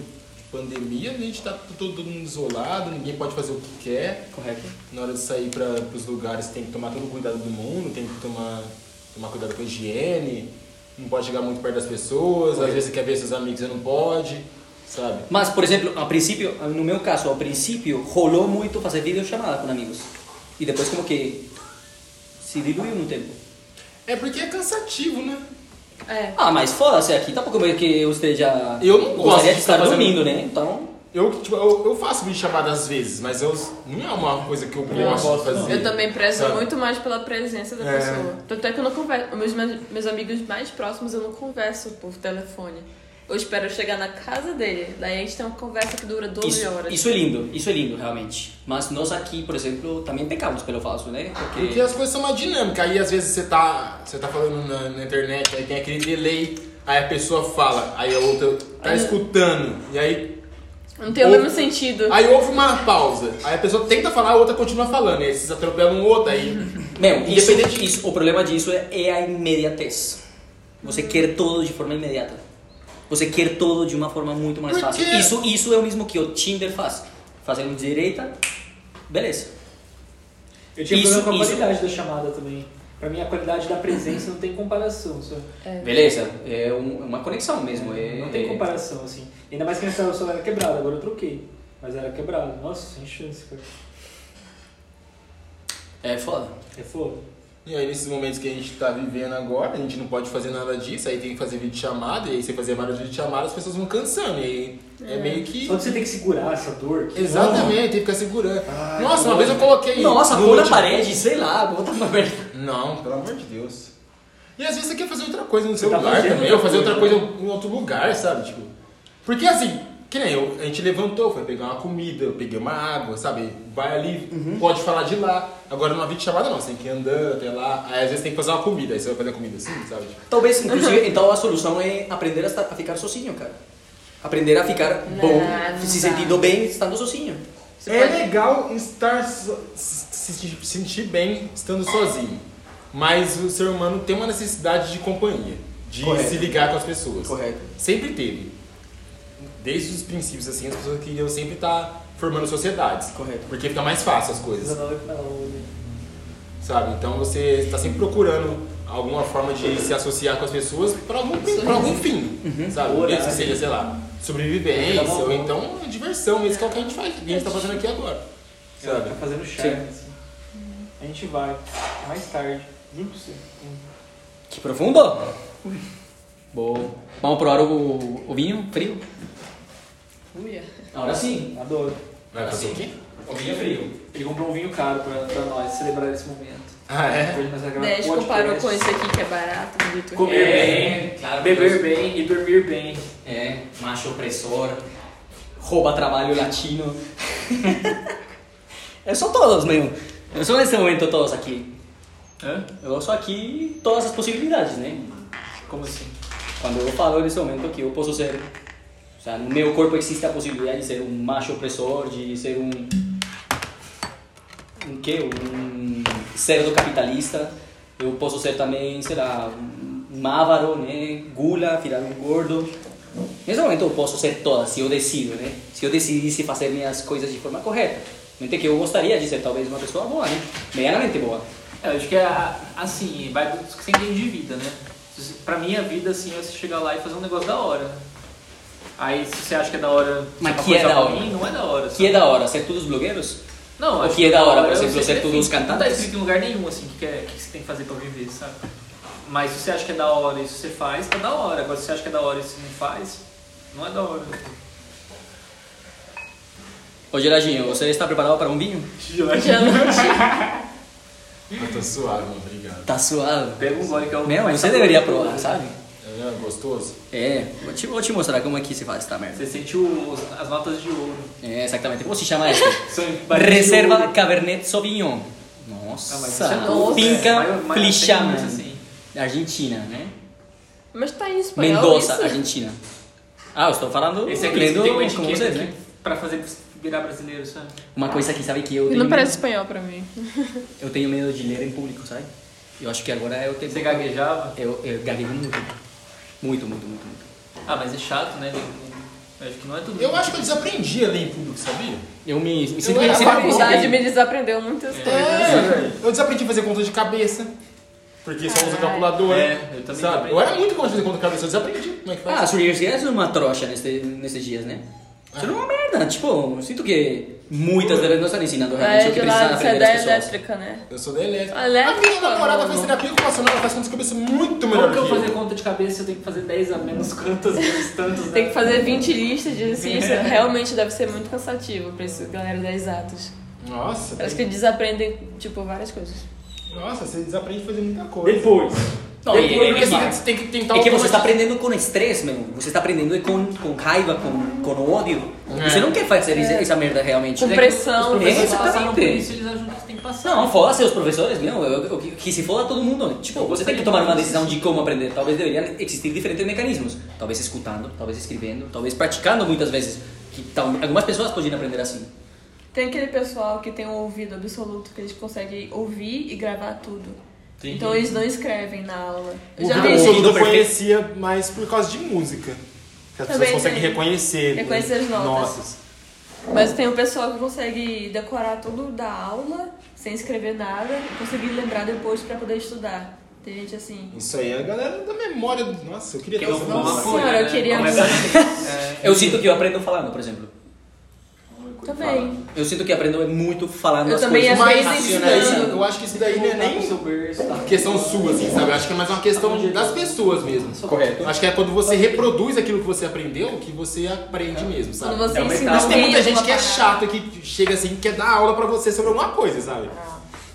Speaker 6: pandemia, a gente tá todo, todo mundo isolado, ninguém pode fazer o que quer.
Speaker 2: Correto.
Speaker 6: Na hora de sair para os lugares tem que tomar todo o cuidado do mundo, tem que tomar, tomar cuidado com a higiene, não pode chegar muito perto das pessoas, às vezes você quer ver seus amigos e não pode, sabe?
Speaker 2: Mas, por exemplo, a princípio, no meu caso, ao princípio, rolou muito fazer videochamada com amigos. E depois como que se diluiu no tempo.
Speaker 6: É porque é cansativo, né?
Speaker 1: É.
Speaker 2: Ah, mas foda-se, aqui tá pouco meio que eu esteja...
Speaker 6: Eu não gosto
Speaker 2: Gostaria
Speaker 6: de
Speaker 2: de estar
Speaker 6: ficar fazendo-
Speaker 2: dormindo, né? Então...
Speaker 6: Eu, tipo, eu, eu faço vídeo chamada às vezes, mas eu, não é uma coisa que eu gosto de fazer.
Speaker 1: Eu também prezo
Speaker 6: Sabe?
Speaker 1: muito mais pela presença da pessoa. Tanto é que eu não converso. Meus, meus amigos mais próximos eu não converso por telefone. Eu espero chegar na casa dele. Daí a gente tem uma conversa que dura 12
Speaker 2: Isso,
Speaker 1: horas.
Speaker 2: isso é lindo, isso é lindo, realmente. Mas nós aqui, por exemplo, também pecamos pelo falso, né?
Speaker 6: Porque as coisas são uma dinâmica. Aí às vezes você tá, você tá falando na, na internet, aí tem aquele delay, aí a pessoa fala, aí a outra tá escutando, e aí,
Speaker 1: Não tem o
Speaker 6: Ou-
Speaker 1: mesmo sentido.
Speaker 6: aí houve uma pausa. Aí a pessoa tenta falar, a outra continua falando, e aí vocês atropelam o outro aí.
Speaker 2: Meu, isso,
Speaker 6: Independente
Speaker 2: isso, o problema disso é, é a imediatez. Você quer tudo de forma imediata. Você quer tudo de uma forma muito mais
Speaker 6: Por
Speaker 2: fácil.
Speaker 6: quê?
Speaker 2: Isso, isso é o mesmo que o Tinder faz. Fazendo direita, beleza.
Speaker 5: Eu tinha
Speaker 2: Isso,
Speaker 5: problema com a
Speaker 2: isso.
Speaker 5: qualidade da chamada também. Pra mim, a qualidade da presença não tem comparação, só.
Speaker 2: Beleza, é um- uma conexão mesmo. é-
Speaker 5: Não tem comparação, assim. Ainda mais que nessa hora o celular era quebrado, agora eu troquei. Mas era quebrado. Nossa, sem chance, cara.
Speaker 2: É foda.
Speaker 5: É foda.
Speaker 6: E aí, nesses momentos que a gente tá vivendo agora, a gente não pode fazer nada disso, aí tem que fazer vídeo chamada, e aí você fazer vários vídeos chamadas, as pessoas vão cansando, e aí é, meio que.
Speaker 5: Só que você tem que segurar essa dor. que-
Speaker 6: Exatamente, tem que ficar segurando. Nossa, uma vez eu coloquei.
Speaker 2: Nossa,
Speaker 6: no
Speaker 2: pula na
Speaker 6: notebook-
Speaker 2: parede, sei lá, bota uma merda.
Speaker 6: Não, pelo amor de Deus. E às vezes você quer fazer outra coisa no seu
Speaker 5: tá
Speaker 6: lugar
Speaker 5: fazendo
Speaker 6: também,
Speaker 5: outra
Speaker 6: ou fazer outra
Speaker 5: coisa.
Speaker 6: coisa em outro lugar, sabe? Tipo, porque assim, que nem eu, a gente levantou, foi pegar uma comida, eu peguei uma água, sabe? Vai ali, pode falar de lá. Agora numa videochamada não, você tem que ir andando até lá. Aí às vezes tem que fazer uma comida, aí você vai fazer a comida assim, sabe? Tipo,
Speaker 2: Talvez, inclusive, então a solução é aprender a, estar- a ficar sozinho, cara. Aprender a ficar bom,
Speaker 1: Não, não
Speaker 2: se
Speaker 1: dá.
Speaker 2: sentindo bem estando sozinho.
Speaker 1: Você
Speaker 6: é
Speaker 1: pode-
Speaker 6: legal estar so- se se- se sentir bem estando sozinho. Mas o ser humano tem uma necessidade de companhia, de
Speaker 2: Correto.
Speaker 6: se ligar com as pessoas.
Speaker 2: Correto.
Speaker 6: Sempre teve. Desde os princípios, assim, as pessoas queriam sempre estar formando sociedades.
Speaker 2: Correto.
Speaker 6: Porque fica mais fácil as coisas,
Speaker 5: 19 é pra né? onde?
Speaker 6: sabe? Então você está sempre procurando alguma forma de se associar com as pessoas para algum, pra algum fim, sabe?
Speaker 5: Horário.
Speaker 6: Mesmo que seja, sei lá, sobrevivência ou então diversão, mesmo que é o que a gente faz, que a gente tá fazendo aqui agora.
Speaker 5: Ela
Speaker 6: Sabe?
Speaker 5: Tá fazendo charme, assim. A gente vai. É Mais tarde. Juro pra você.
Speaker 2: Que profundo! Bom, vamos provar o, o vinho frio?
Speaker 1: Uia.
Speaker 2: Agora sim.
Speaker 5: Adoro.
Speaker 6: Vai fazer o quê?
Speaker 2: O vinho frio.
Speaker 5: Ele comprou um vinho caro pra, pra nós celebrar esse momento.
Speaker 6: Ah, é?
Speaker 5: Depois nós vamos gravar
Speaker 1: Daí Né, a gente
Speaker 5: podcast.
Speaker 1: comparou com esse aqui que é barato, bonito.
Speaker 5: Comer
Speaker 6: É,
Speaker 5: bem,
Speaker 2: claro.
Speaker 5: beber bem e dormir bem.
Speaker 2: É, macho opressor, rouba trabalho latino. [laughs] Eu sou todos mesmo. Eu sou nesse momento todos aqui.
Speaker 8: Hã?
Speaker 2: Eu sou aqui todas as possibilidades, né?
Speaker 8: Como assim?
Speaker 2: Quando eu falo nesse momento que eu posso ser... O sea, no meu corpo existe a possibilidade de ser um macho opressor, de ser um... Um quê? Um cerdo capitalista. Eu posso ser também, sei lá, um avaro, né? Gula, virar um gordo. Nesse momento eu posso ser todas, se eu decido, né? Se eu decidisse fazer minhas coisas de forma correta. Mente que eu gostaria de ser talvez uma pessoa boa, né? Medianamente boa.
Speaker 8: É, eu acho que é a- assim, vai do que você entende de vida, né? Se você- Pra mim, a vida assim é você chegar lá e fazer um negócio da hora. Aí se você acha que é da hora,
Speaker 2: Mas
Speaker 8: uma
Speaker 2: que é
Speaker 8: coisa
Speaker 2: da hora?
Speaker 8: ruim, não é da hora.
Speaker 2: Que é
Speaker 8: sabe?
Speaker 2: da hora, ser todos blogueiros?
Speaker 8: Não,
Speaker 2: O
Speaker 8: acho
Speaker 2: que é da hora, por
Speaker 8: eu
Speaker 2: exemplo,
Speaker 8: sei
Speaker 2: ser todos os
Speaker 8: definido. Não tá
Speaker 2: cantantes?
Speaker 8: escrito em lugar nenhum, assim, o que, que, é- o que você tem que fazer pra viver, sabe? Mas se você acha que é da hora e se você faz, tá da hora. Agora se você acha que é da hora e se não faz, não é
Speaker 2: [laughs]
Speaker 8: da hora.
Speaker 2: Ô Geradinho, você está preparado para um vinho?
Speaker 1: Já não-
Speaker 6: Eu tô suave, mano, obrigado.
Speaker 2: Tá suado.
Speaker 8: Pega um gole que é o
Speaker 2: Meu,
Speaker 8: mais
Speaker 2: você
Speaker 8: saboroso.
Speaker 2: deveria provar, sabe?
Speaker 6: É gostoso?
Speaker 2: É, vou te, vou te mostrar como é que se faz esta merda.
Speaker 8: Você sente o- os- as notas de ouro.
Speaker 2: É, exatamente. Como se chama
Speaker 8: [laughs]
Speaker 2: isso?
Speaker 8: São em barris de
Speaker 2: Reserva
Speaker 8: ouro.
Speaker 2: Cabernet Sauvignon.
Speaker 8: Ah, mas
Speaker 2: Nossa,
Speaker 8: isso é novo,
Speaker 2: Finca
Speaker 8: né? Mas- mas tem
Speaker 2: Flichaman.
Speaker 8: isso, assim.
Speaker 2: Argentina, né?
Speaker 1: Mas tá em espanhol
Speaker 2: Mendoza,
Speaker 1: isso?
Speaker 2: Argentina. Ah, eu estou falando
Speaker 8: Esse aqui
Speaker 2: lendo
Speaker 8: tem uma
Speaker 2: com
Speaker 8: etiqueta Ah.
Speaker 2: vocês,
Speaker 8: aqui
Speaker 2: né?
Speaker 8: pra fazer virar brasileiro, sabe?
Speaker 2: Uma coisa que sabe que eu tenho,
Speaker 1: Não parece espanhol pra mim.
Speaker 2: eu tenho medo de ler em público, sabe? Eu acho que agora é eu tenho...
Speaker 8: Você gaguejava.
Speaker 2: Eu, eu gaguejo muito. Muito, muito, muito, muito.
Speaker 8: Ah, mas é chato, né? Acho que não é tudo.
Speaker 6: Eu acho que eu desaprendi a ler em público, sabia?
Speaker 2: Eu me, me sinto
Speaker 6: Eu
Speaker 2: bem
Speaker 6: era
Speaker 1: A
Speaker 2: assim.
Speaker 1: faculdade me desaprendeu muitas
Speaker 2: É.
Speaker 1: coisas.
Speaker 6: Eu desaprendi a fazer conta de cabeça. Porque só usa
Speaker 1: Caralho.
Speaker 6: calculadora.
Speaker 8: É, eu também
Speaker 6: Sabe?
Speaker 8: também.
Speaker 6: Eu era muito bom de fazer conta de cabeça, eu desaprendi. Como é que faz?
Speaker 2: Ah, as universidades é uma trocha nesse- nesses dias, né? Isso não é uma merda. Tipo, sinto que muitas delas não estão ensinando realmente
Speaker 1: É,
Speaker 2: o que
Speaker 1: de
Speaker 2: precisa
Speaker 1: lado você é
Speaker 2: aprender
Speaker 1: da
Speaker 2: as pessoas.
Speaker 1: elétrica, né?
Speaker 6: Ah, Eu sou da elétrica.
Speaker 1: Elétrica,
Speaker 6: a minha namorada
Speaker 1: mano.
Speaker 6: faz terapia ocupacional, ela faz conta de cabeça muito melhor
Speaker 8: Como que eu
Speaker 6: que
Speaker 8: fazer conta de cabeça se eu tenho que fazer 10 a menos quantas vezes tantas?
Speaker 1: Tem que fazer 20 listas de exercício. Realmente deve ser muito cansativo pra essa galera da exatas.
Speaker 6: Nossa,
Speaker 1: Elas que desaprendem, tipo, várias coisas.
Speaker 6: nossa, você desaprende a fazer muita coisa.
Speaker 8: Depois.
Speaker 2: Não, e-
Speaker 6: Depois,
Speaker 2: e-
Speaker 6: porque
Speaker 2: e-
Speaker 6: você tem é que tentar
Speaker 2: É que você
Speaker 6: automatizar.
Speaker 2: está aprendendo com estresse, meu. Você está aprendendo é com, com raiva, com, com ódio.
Speaker 6: É.
Speaker 2: Você não quer fazer isso-
Speaker 1: É.
Speaker 2: essa merda realmente.
Speaker 1: Com pressão,
Speaker 2: É,
Speaker 1: né?
Speaker 8: Eles passaram por
Speaker 2: exatamente.
Speaker 8: isso, eles acham que tem que passar.
Speaker 2: Não, foda seus professores, meu. Eu- eu- que- que se foda todo mundo. Tipo, você tem que tomar uma decisão de como aprender. Talvez deveriam existir diferentes mecanismos. Talvez escutando, talvez escrevendo, talvez praticando muitas vezes. Que tal, algumas pessoas podem aprender assim.
Speaker 1: Tem aquele pessoal que tem um ouvido absoluto que eles conseguem ouvir e gravar tudo. Então eles não escrevem na aula. Eu
Speaker 6: O
Speaker 1: já
Speaker 2: Ah,
Speaker 1: vi.
Speaker 6: Vitor
Speaker 2: ouvido
Speaker 6: Soludo eu
Speaker 2: perfeito.
Speaker 6: conhecia mais por causa de música. Que as pessoas
Speaker 1: Também
Speaker 6: conseguem
Speaker 1: tem.
Speaker 6: reconhecer. né?
Speaker 1: Reconhecer as notas.
Speaker 6: Nossas.
Speaker 1: Mas tem um pessoal que consegue decorar tudo da aula, sem escrever nada, e conseguir lembrar depois pra poder estudar. Tem gente assim.
Speaker 6: Isso aí é a galera da memória. do- Nossa, eu queria ter essa
Speaker 8: Uma
Speaker 6: nossa.
Speaker 8: folha,
Speaker 1: Senhora, eu
Speaker 8: né?
Speaker 1: queria
Speaker 8: Começa- assim.
Speaker 2: Eu sinto que eu aprendo falando, por exemplo.
Speaker 1: Também.
Speaker 2: Eu sinto que aprendo é muito falando
Speaker 1: Eu
Speaker 2: as
Speaker 1: também
Speaker 2: coisas.
Speaker 1: às vezes
Speaker 2: Mas
Speaker 6: Isso
Speaker 2: racionalizando.
Speaker 6: daí, eu acho que isso daí não é
Speaker 8: Voltar pro
Speaker 6: nem
Speaker 8: seu berço.
Speaker 6: questão sua, assim, sabe? Eu acho que é mais uma questão de- das pessoas mesmo.
Speaker 12: Correto.
Speaker 6: Eu acho que é quando você reproduz aquilo que você aprendeu que você aprende mesmo,
Speaker 1: Quando
Speaker 6: sabe?
Speaker 1: você
Speaker 2: É uma
Speaker 1: ensina
Speaker 2: etapa.
Speaker 6: Mas tem muita
Speaker 1: alguém
Speaker 6: gente que é
Speaker 1: alguma
Speaker 6: chata, que chega assim, quer dar aula pra você sobre alguma coisa, sabe?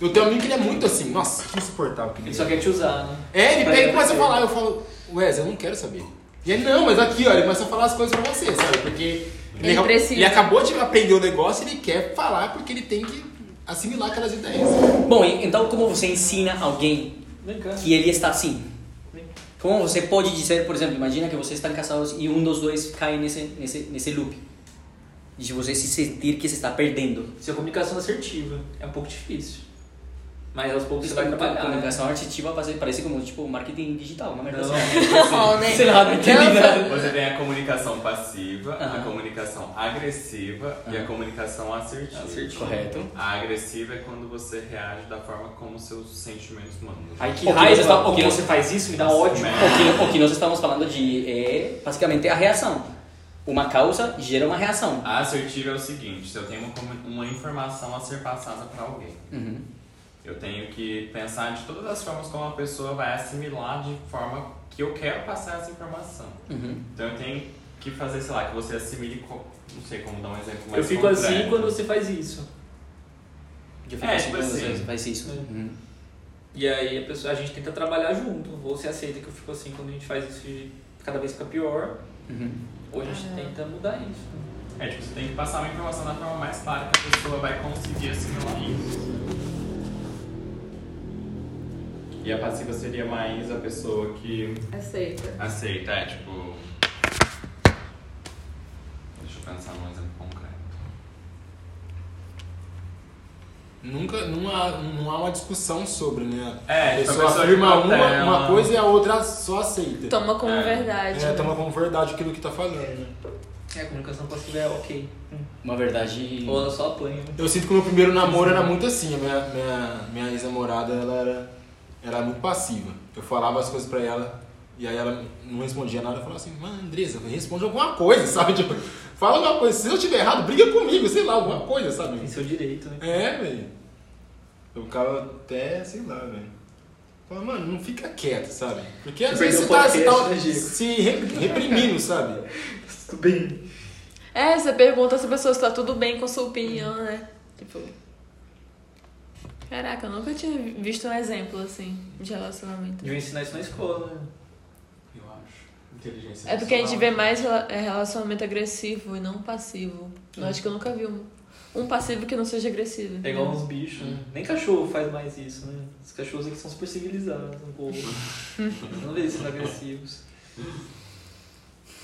Speaker 6: Eu tenho um amigo que ele é muito assim, nossa, que insuportável que ele
Speaker 8: Ele
Speaker 6: é.
Speaker 8: só quer te usar, né?
Speaker 6: É, ele
Speaker 8: Pra
Speaker 6: pega e
Speaker 8: ele
Speaker 6: começa a
Speaker 8: aprender.
Speaker 6: falar, eu falo, Wes, eu não quero saber. E ele, não, mas aqui, ó, ele começa a falar as coisas pra você, sabe? Porque ele,
Speaker 1: Ele
Speaker 6: acab-
Speaker 1: precisa.
Speaker 6: ele acabou de aprender o negócio e ele quer falar porque ele tem que assimilar aquelas ideias.
Speaker 2: Bom, e- então como você ensina alguém
Speaker 8: Vem cá.
Speaker 2: que ele está assim? Como você pode dizer, por exemplo, imagina que vocês estão casados e um dos dois cai nesse, nesse, nesse loop. De você se sentir que você está perdendo.
Speaker 8: Se a comunicação assertiva é um pouco difícil. Mas aos poucos você vai
Speaker 2: Comunica-
Speaker 8: trabalhar. né? Então,
Speaker 2: comunicação artificial parece, parece como tipo marketing digital, uma merda assim.
Speaker 1: Não,
Speaker 8: [laughs]
Speaker 1: né?
Speaker 2: Sei lá, não entendi nada.
Speaker 4: Você tem a comunicação passiva, a
Speaker 2: Aham.
Speaker 4: comunicação agressiva e a comunicação assertiva.
Speaker 8: Assertiva.
Speaker 2: Correto.
Speaker 4: A agressiva é quando você reage da forma como seus sentimentos mandam.
Speaker 8: Aí que
Speaker 2: Pô, que
Speaker 8: raiva,
Speaker 2: você tá-
Speaker 8: quando
Speaker 2: que
Speaker 8: você faz isso, me dá ódio.
Speaker 2: O que, o que nós estamos falando de é basicamente a reação. Uma causa gera uma reação.
Speaker 4: A assertiva é o seguinte, se eu tenho uma, comu- uma informação a ser passada para alguém,
Speaker 2: Uhum.
Speaker 4: eu tenho que pensar de todas as formas como a pessoa vai assimilar de forma que eu quero passar essa informação.
Speaker 2: Uhum.
Speaker 4: Então eu tenho que fazer, sei lá, que você assimile, co- não sei como dar um exemplo mais
Speaker 8: Eu fico
Speaker 4: concreto.
Speaker 8: assim quando você faz isso.
Speaker 2: Eu
Speaker 4: É,
Speaker 2: assim
Speaker 4: tipo
Speaker 2: quando
Speaker 4: assim.
Speaker 2: você faz isso.
Speaker 8: É.
Speaker 2: Uhum.
Speaker 8: E aí a, pessoa, a gente tenta trabalhar junto. Ou você aceita que eu fico assim quando a gente faz isso e cada vez fica pior.
Speaker 2: Uhum.
Speaker 8: Ou a gente
Speaker 1: Ah.
Speaker 8: tenta mudar isso.
Speaker 4: É, tipo, você tem que passar uma informação da forma mais clara que a pessoa vai conseguir assimilar isso. E a passiva seria mais a pessoa que
Speaker 1: Aceita.
Speaker 4: aceita, é tipo. Deixa eu pensar num exemplo concreto.
Speaker 6: Nunca, não há, não há uma discussão sobre, né?
Speaker 4: É,
Speaker 6: a
Speaker 4: tipo, a
Speaker 6: pessoa
Speaker 4: pessoa
Speaker 6: afirma
Speaker 4: fica
Speaker 6: uma,
Speaker 4: até
Speaker 6: uma
Speaker 4: ela-
Speaker 6: coisa e a outra só aceita.
Speaker 1: Toma como
Speaker 4: É.
Speaker 1: verdade.
Speaker 6: é, toma como verdade aquilo que tá falando, né?
Speaker 8: É, a comunicação passiva é ok.
Speaker 2: Uma verdade.
Speaker 8: Ou ela só apanha.
Speaker 6: Eu sinto que o meu primeiro namoro era muito assim. A minha, minha, minha ex-namorada, ela era, era muito passiva. Eu falava as coisas pra ela e aí ela não respondia nada. Eu falava assim, mano, Andresa, responde alguma coisa, [laughs] sabe? Tipo, fala alguma coisa. Se eu tiver errado, briga comigo, sei lá, alguma coisa, sabe?
Speaker 8: Tem seu direito, né?
Speaker 6: É, velho. Eu ficava até, sei lá, velho. Falava, mano, não fica quieto, sabe? Porque às
Speaker 8: Você
Speaker 6: vezes você
Speaker 8: perdeu o
Speaker 6: tá, você
Speaker 8: podcast,
Speaker 6: tá
Speaker 8: né, Diego?
Speaker 6: se re- reprimindo, sabe?
Speaker 8: Tudo bem.
Speaker 1: É, você pergunta se a pessoa está tudo bem com sua opinião, né? Tipo. Caraca, eu nunca tinha visto um exemplo assim de relacionamento.
Speaker 6: um
Speaker 8: Deviam ensinar isso na escola, né?
Speaker 13: Eu acho. Inteligência
Speaker 1: É porque a gente
Speaker 13: emocional.
Speaker 1: vê mais rela- é, relacionamento agressivo e não passivo. Eu acho que eu nunca vi um, um passivo que não seja agressivo.
Speaker 8: É
Speaker 5: Uhum.
Speaker 8: igual uns bichos, né? Nem cachorro faz mais isso, né? Os cachorros aqui são super civilizados um
Speaker 5: [laughs]
Speaker 8: pouco. não vejo sendo agressivos.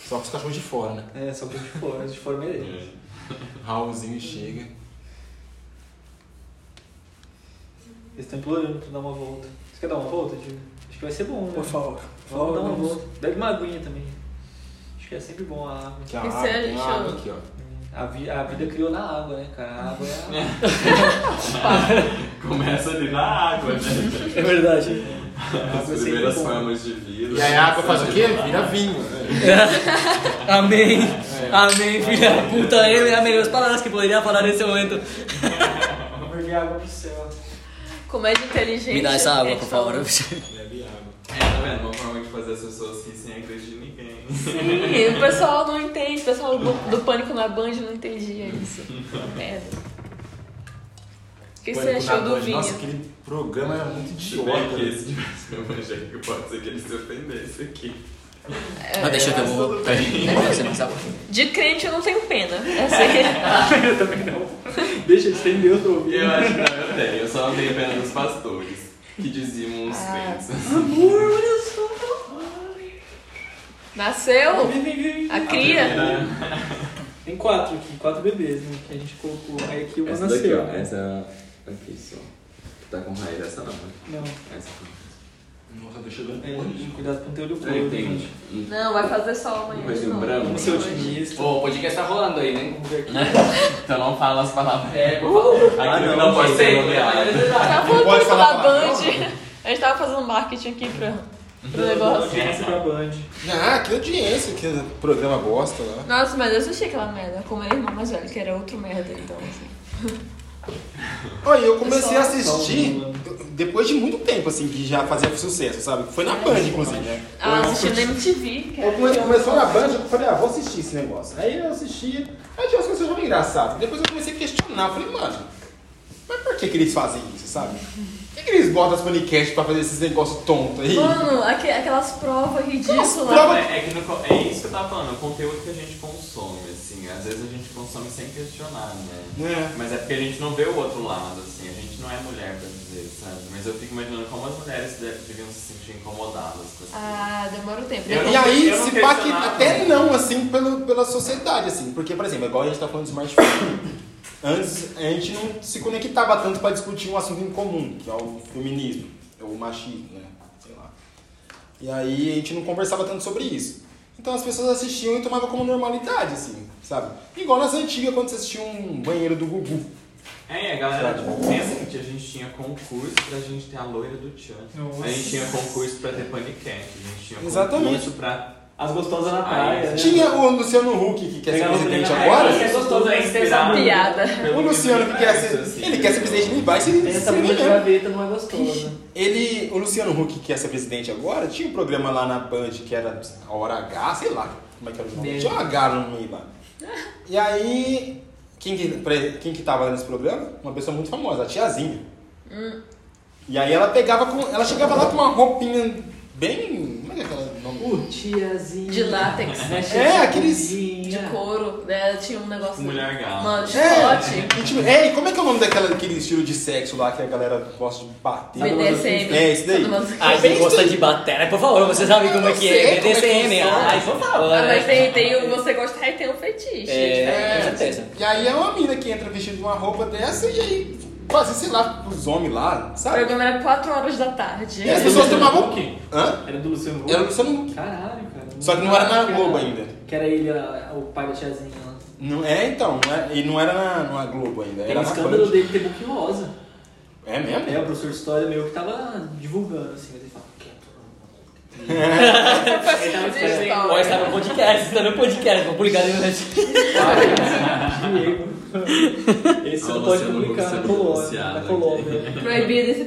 Speaker 6: Só com os cachorros de fora, né?
Speaker 8: É, só que os de fora, os de
Speaker 4: É.
Speaker 8: fora
Speaker 5: [laughs]
Speaker 8: merecem.
Speaker 6: [laughs] Raulzinho chega.
Speaker 8: Eles estão implorando pra dar uma volta. Você quer dar uma volta, Diego? Acho que vai ser bom, né?
Speaker 14: Por favor.
Speaker 5: [laughs]
Speaker 8: Vamos dar uma volta. Bebe uma aguinha também.
Speaker 5: Acho que é sempre bom a água.
Speaker 6: Que a
Speaker 1: O que
Speaker 6: água,
Speaker 1: você
Speaker 6: tem a
Speaker 1: achou?
Speaker 6: água aqui, ó.
Speaker 5: A, vi- a vida criou na água, né, cara? A água é a...
Speaker 4: Começa ali na água, né?
Speaker 5: É verdade.
Speaker 4: As primeiras famas de vida. É,
Speaker 6: E aí a água faz o quê? Vira vinho. né?
Speaker 5: Amém. Amém, filha da puta. Ele é a melhor palavras que poderia falar nesse momento.
Speaker 15: Vamos ver água pro céu.
Speaker 1: Como é de inteligente.
Speaker 5: Me dá essa água,
Speaker 16: é
Speaker 1: gente,
Speaker 5: por
Speaker 1: fala.
Speaker 5: favor. [laughs]
Speaker 15: Bebe água.
Speaker 4: É, tá vendo? Uma forma de fazer as pessoas rirem sem agredir ninguém.
Speaker 1: Sim, o pessoal não entende, o pessoal do, do Pânico na Band não entendia
Speaker 6: [laughs]
Speaker 1: isso. Merda. O que você
Speaker 6: Pânico na
Speaker 1: achou é do
Speaker 6: Band.
Speaker 1: vinho?
Speaker 6: Nossa, aquele programa era muito
Speaker 4: Se bem
Speaker 6: idiota.
Speaker 4: que
Speaker 6: né?
Speaker 4: esse tivesse meu evangélico, pode ser que ele se ofendesse aqui.
Speaker 1: É,
Speaker 5: Mas Ah, deixa que eu vou.
Speaker 16: É.
Speaker 5: Você não sabe.
Speaker 1: De crente eu não tenho pena. É Eu sei.
Speaker 6: Ah,
Speaker 5: Eu também não. Deixa de ser Deus do
Speaker 4: E eu acho que não, eu tenho. Eu só tenho pena dos pastores, que diziam uns
Speaker 1: Ah.
Speaker 4: crenças.
Speaker 1: Nasceu a cria.
Speaker 4: Primeira-
Speaker 5: Tem quatro aqui, quatro bebês, né? Que a gente colocou. Aí aqui uma
Speaker 4: Essa daqui,
Speaker 5: nasceu.
Speaker 4: ó. Essa aqui só. Tá com raiva essa não. né?
Speaker 5: Não,
Speaker 4: Essa
Speaker 6: Nossa, deixa
Speaker 8: Uhum.
Speaker 6: eu
Speaker 5: é, gente, cuidado com o teu olho
Speaker 4: não. Eu
Speaker 5: gordo.
Speaker 4: entendo.
Speaker 1: Não, vai fazer só amanhã.
Speaker 4: Mas
Speaker 1: de
Speaker 4: em
Speaker 1: novo.
Speaker 4: branco?
Speaker 5: Vamos ser otimistas.
Speaker 16: Pô, o podcast tá rolando aí, né?
Speaker 5: Vamos ver aqui.
Speaker 4: Então não fala as palavras.
Speaker 16: É, por favor.
Speaker 4: Aquilo Ah, não, pode ser
Speaker 16: Ah,
Speaker 4: nomeado.
Speaker 1: Tava
Speaker 6: Não pode
Speaker 1: falando com
Speaker 6: falar
Speaker 1: a
Speaker 6: palavrão?
Speaker 1: Band. A gente tava fazendo marketing aqui pra, pro negócio.
Speaker 5: Audiência pra Band.
Speaker 6: Ah, que audiência que o programa gosta lá.
Speaker 1: Nossa, mas eu assisti aquela merda com meu irmão mais velho, que era outro merda, então assim.
Speaker 6: Olha, eu comecei a assistir
Speaker 5: Pessoal,
Speaker 6: depois de muito tempo, assim, que já fazia sucesso, sabe? Foi na Band, inclusive, né?
Speaker 1: Ah,
Speaker 6: Eu
Speaker 1: assisti na
Speaker 6: curti-
Speaker 1: MTV,
Speaker 6: Eu
Speaker 1: cara.
Speaker 6: come- começou na Band, eu falei, ah, vou assistir esse negócio. Aí eu assisti, aí tinha umas coisas que eu achava engraçado. Depois eu comecei a questionar, eu falei, mano, mas por que, que eles fazem isso, sabe? Por que, que eles botam as panicasts pra fazer esses negócios tontos aí?
Speaker 1: Mano, aque- aquelas provas ridículas.
Speaker 6: assim? prova-
Speaker 4: É, é que no co- é isso que eu tava falando, o conteúdo que a gente consome, assim, às vezes a gente consome sem questionar, né?
Speaker 6: É.
Speaker 4: Mas é porque a gente não vê o outro lado, assim, a gente não é mulher pra dizer, sabe? Mas eu fico imaginando como as mulheres deve- deviam se sentir incomodadas com isso.
Speaker 1: Ah, demora um tempo.
Speaker 4: Eu
Speaker 6: E
Speaker 4: não-
Speaker 6: aí,
Speaker 4: eu não
Speaker 6: se pá que
Speaker 4: questionava.
Speaker 6: até não, assim, pelo, pela sociedade, assim. Porque, por exemplo, igual a gente tá falando de smartphone. Antes, a gente não se conectava tanto pra discutir um assunto em comum, que é o feminismo, é o machismo, né? Sei lá. E aí, a gente não conversava tanto sobre isso. Então, as pessoas assistiam e tomavam como normalidade, assim, sabe? Igual nas antigas, quando você assistia um banheiro do Gugu.
Speaker 4: É, e a galera tipo, pensa que a gente tinha concurso pra gente ter a loira do Tchan.
Speaker 15: Nossa.
Speaker 4: A gente tinha concurso pra ter paniquete, a gente tinha
Speaker 6: Exatamente.
Speaker 4: concurso pra.
Speaker 5: As gostosas na
Speaker 4: Aí,
Speaker 5: praia, né?
Speaker 6: Tinha o Luciano Huck, que
Speaker 4: um
Speaker 6: quer ser
Speaker 5: Pegava o
Speaker 6: presidente
Speaker 5: Fernando
Speaker 6: agora.
Speaker 5: Henrique.
Speaker 8: né?
Speaker 5: gostoso, aí você tem essa
Speaker 4: Inspirado
Speaker 1: piada.
Speaker 6: [laughs]
Speaker 4: pelo
Speaker 6: O Luciano que quer
Speaker 4: universo,
Speaker 6: ser.
Speaker 4: assim.
Speaker 6: Ele quer ser presidente, ele vai ser
Speaker 5: Essa
Speaker 6: ser
Speaker 5: bunda de
Speaker 6: mesmo.
Speaker 5: tá gaveta não é gostosa.
Speaker 6: Ele, o Luciano Huck, que é ser presidente agora, tinha um programa lá na Band que era a Hora H, sei lá como é que era o nome.
Speaker 5: Dele.
Speaker 6: Tinha um H no meio lá.
Speaker 5: [laughs]
Speaker 6: E aí, quem que, pre- quem que tava nesse programa? Uma pessoa muito famosa, a tiazinha.
Speaker 5: Hum.
Speaker 6: E aí ela pegava com. Ela chegava lá com uma roupinha bem. Como é que é aquela nome?
Speaker 5: Uh, tiazinha.
Speaker 1: De látex,
Speaker 6: É, aqueles-
Speaker 1: de
Speaker 5: É.
Speaker 1: couro, né? Tinha um negócio.
Speaker 4: Mulher gata.
Speaker 1: Mano, de
Speaker 6: É.
Speaker 1: chicote.
Speaker 6: E tipo, é, e como é que é o nome daquela, daquele estilo de sexo lá que a galera gosta de bater?
Speaker 1: BDSM.
Speaker 6: É, isso daí.
Speaker 1: Todo mundo-
Speaker 6: É
Speaker 2: Ai, quem
Speaker 6: bem isso
Speaker 2: gosta
Speaker 6: daí.
Speaker 2: de batera, por favor, você sabe como é que
Speaker 6: sei
Speaker 2: é.
Speaker 6: como é que
Speaker 2: BDSM,
Speaker 6: funciona.
Speaker 2: ai, por favor. né?
Speaker 1: Ah, mas tem, tem o você gosta e tem um fetiche.
Speaker 2: É, com
Speaker 1: diferente.
Speaker 2: certeza.
Speaker 6: E aí é uma mina que entra vestida de uma roupa dessa e aí fazia, sei lá, os homens lá,
Speaker 1: O
Speaker 6: sabe?
Speaker 1: programa era 4 horas da tarde.
Speaker 6: E as
Speaker 1: [laughs]
Speaker 6: pessoas tomavam o quê? Hã?
Speaker 5: Era do Luciano Huck?
Speaker 6: Era o Luciano Huck.
Speaker 5: Caralho, cara.
Speaker 6: Só que não era na
Speaker 5: Que
Speaker 6: Globo ainda.
Speaker 5: Que era ele, a- o pai da tiazinha lá.
Speaker 6: Não, é, então, não é- e não era na, na Globo ainda,
Speaker 5: Tem
Speaker 6: era
Speaker 5: um
Speaker 6: na
Speaker 5: escândalo
Speaker 6: Band.
Speaker 5: dele ter buquinhosa.
Speaker 6: É
Speaker 5: É,
Speaker 6: mesmo?
Speaker 5: o professor de história meio que tava divulgando, assim, mas ele fala, quieto. [laughs] Ele tava
Speaker 1: Digital.
Speaker 5: esperando.
Speaker 2: Ó, está no podcast, está no podcast, vou publicar ali no
Speaker 5: Diego. Esse
Speaker 4: Ah,
Speaker 5: não
Speaker 4: o
Speaker 5: pode
Speaker 4: Luciano Huck
Speaker 5: publicar na
Speaker 4: sendo
Speaker 5: Colômbia.
Speaker 4: denunciado
Speaker 5: Na
Speaker 4: aqui.
Speaker 5: Colômbia.
Speaker 1: Proibido esse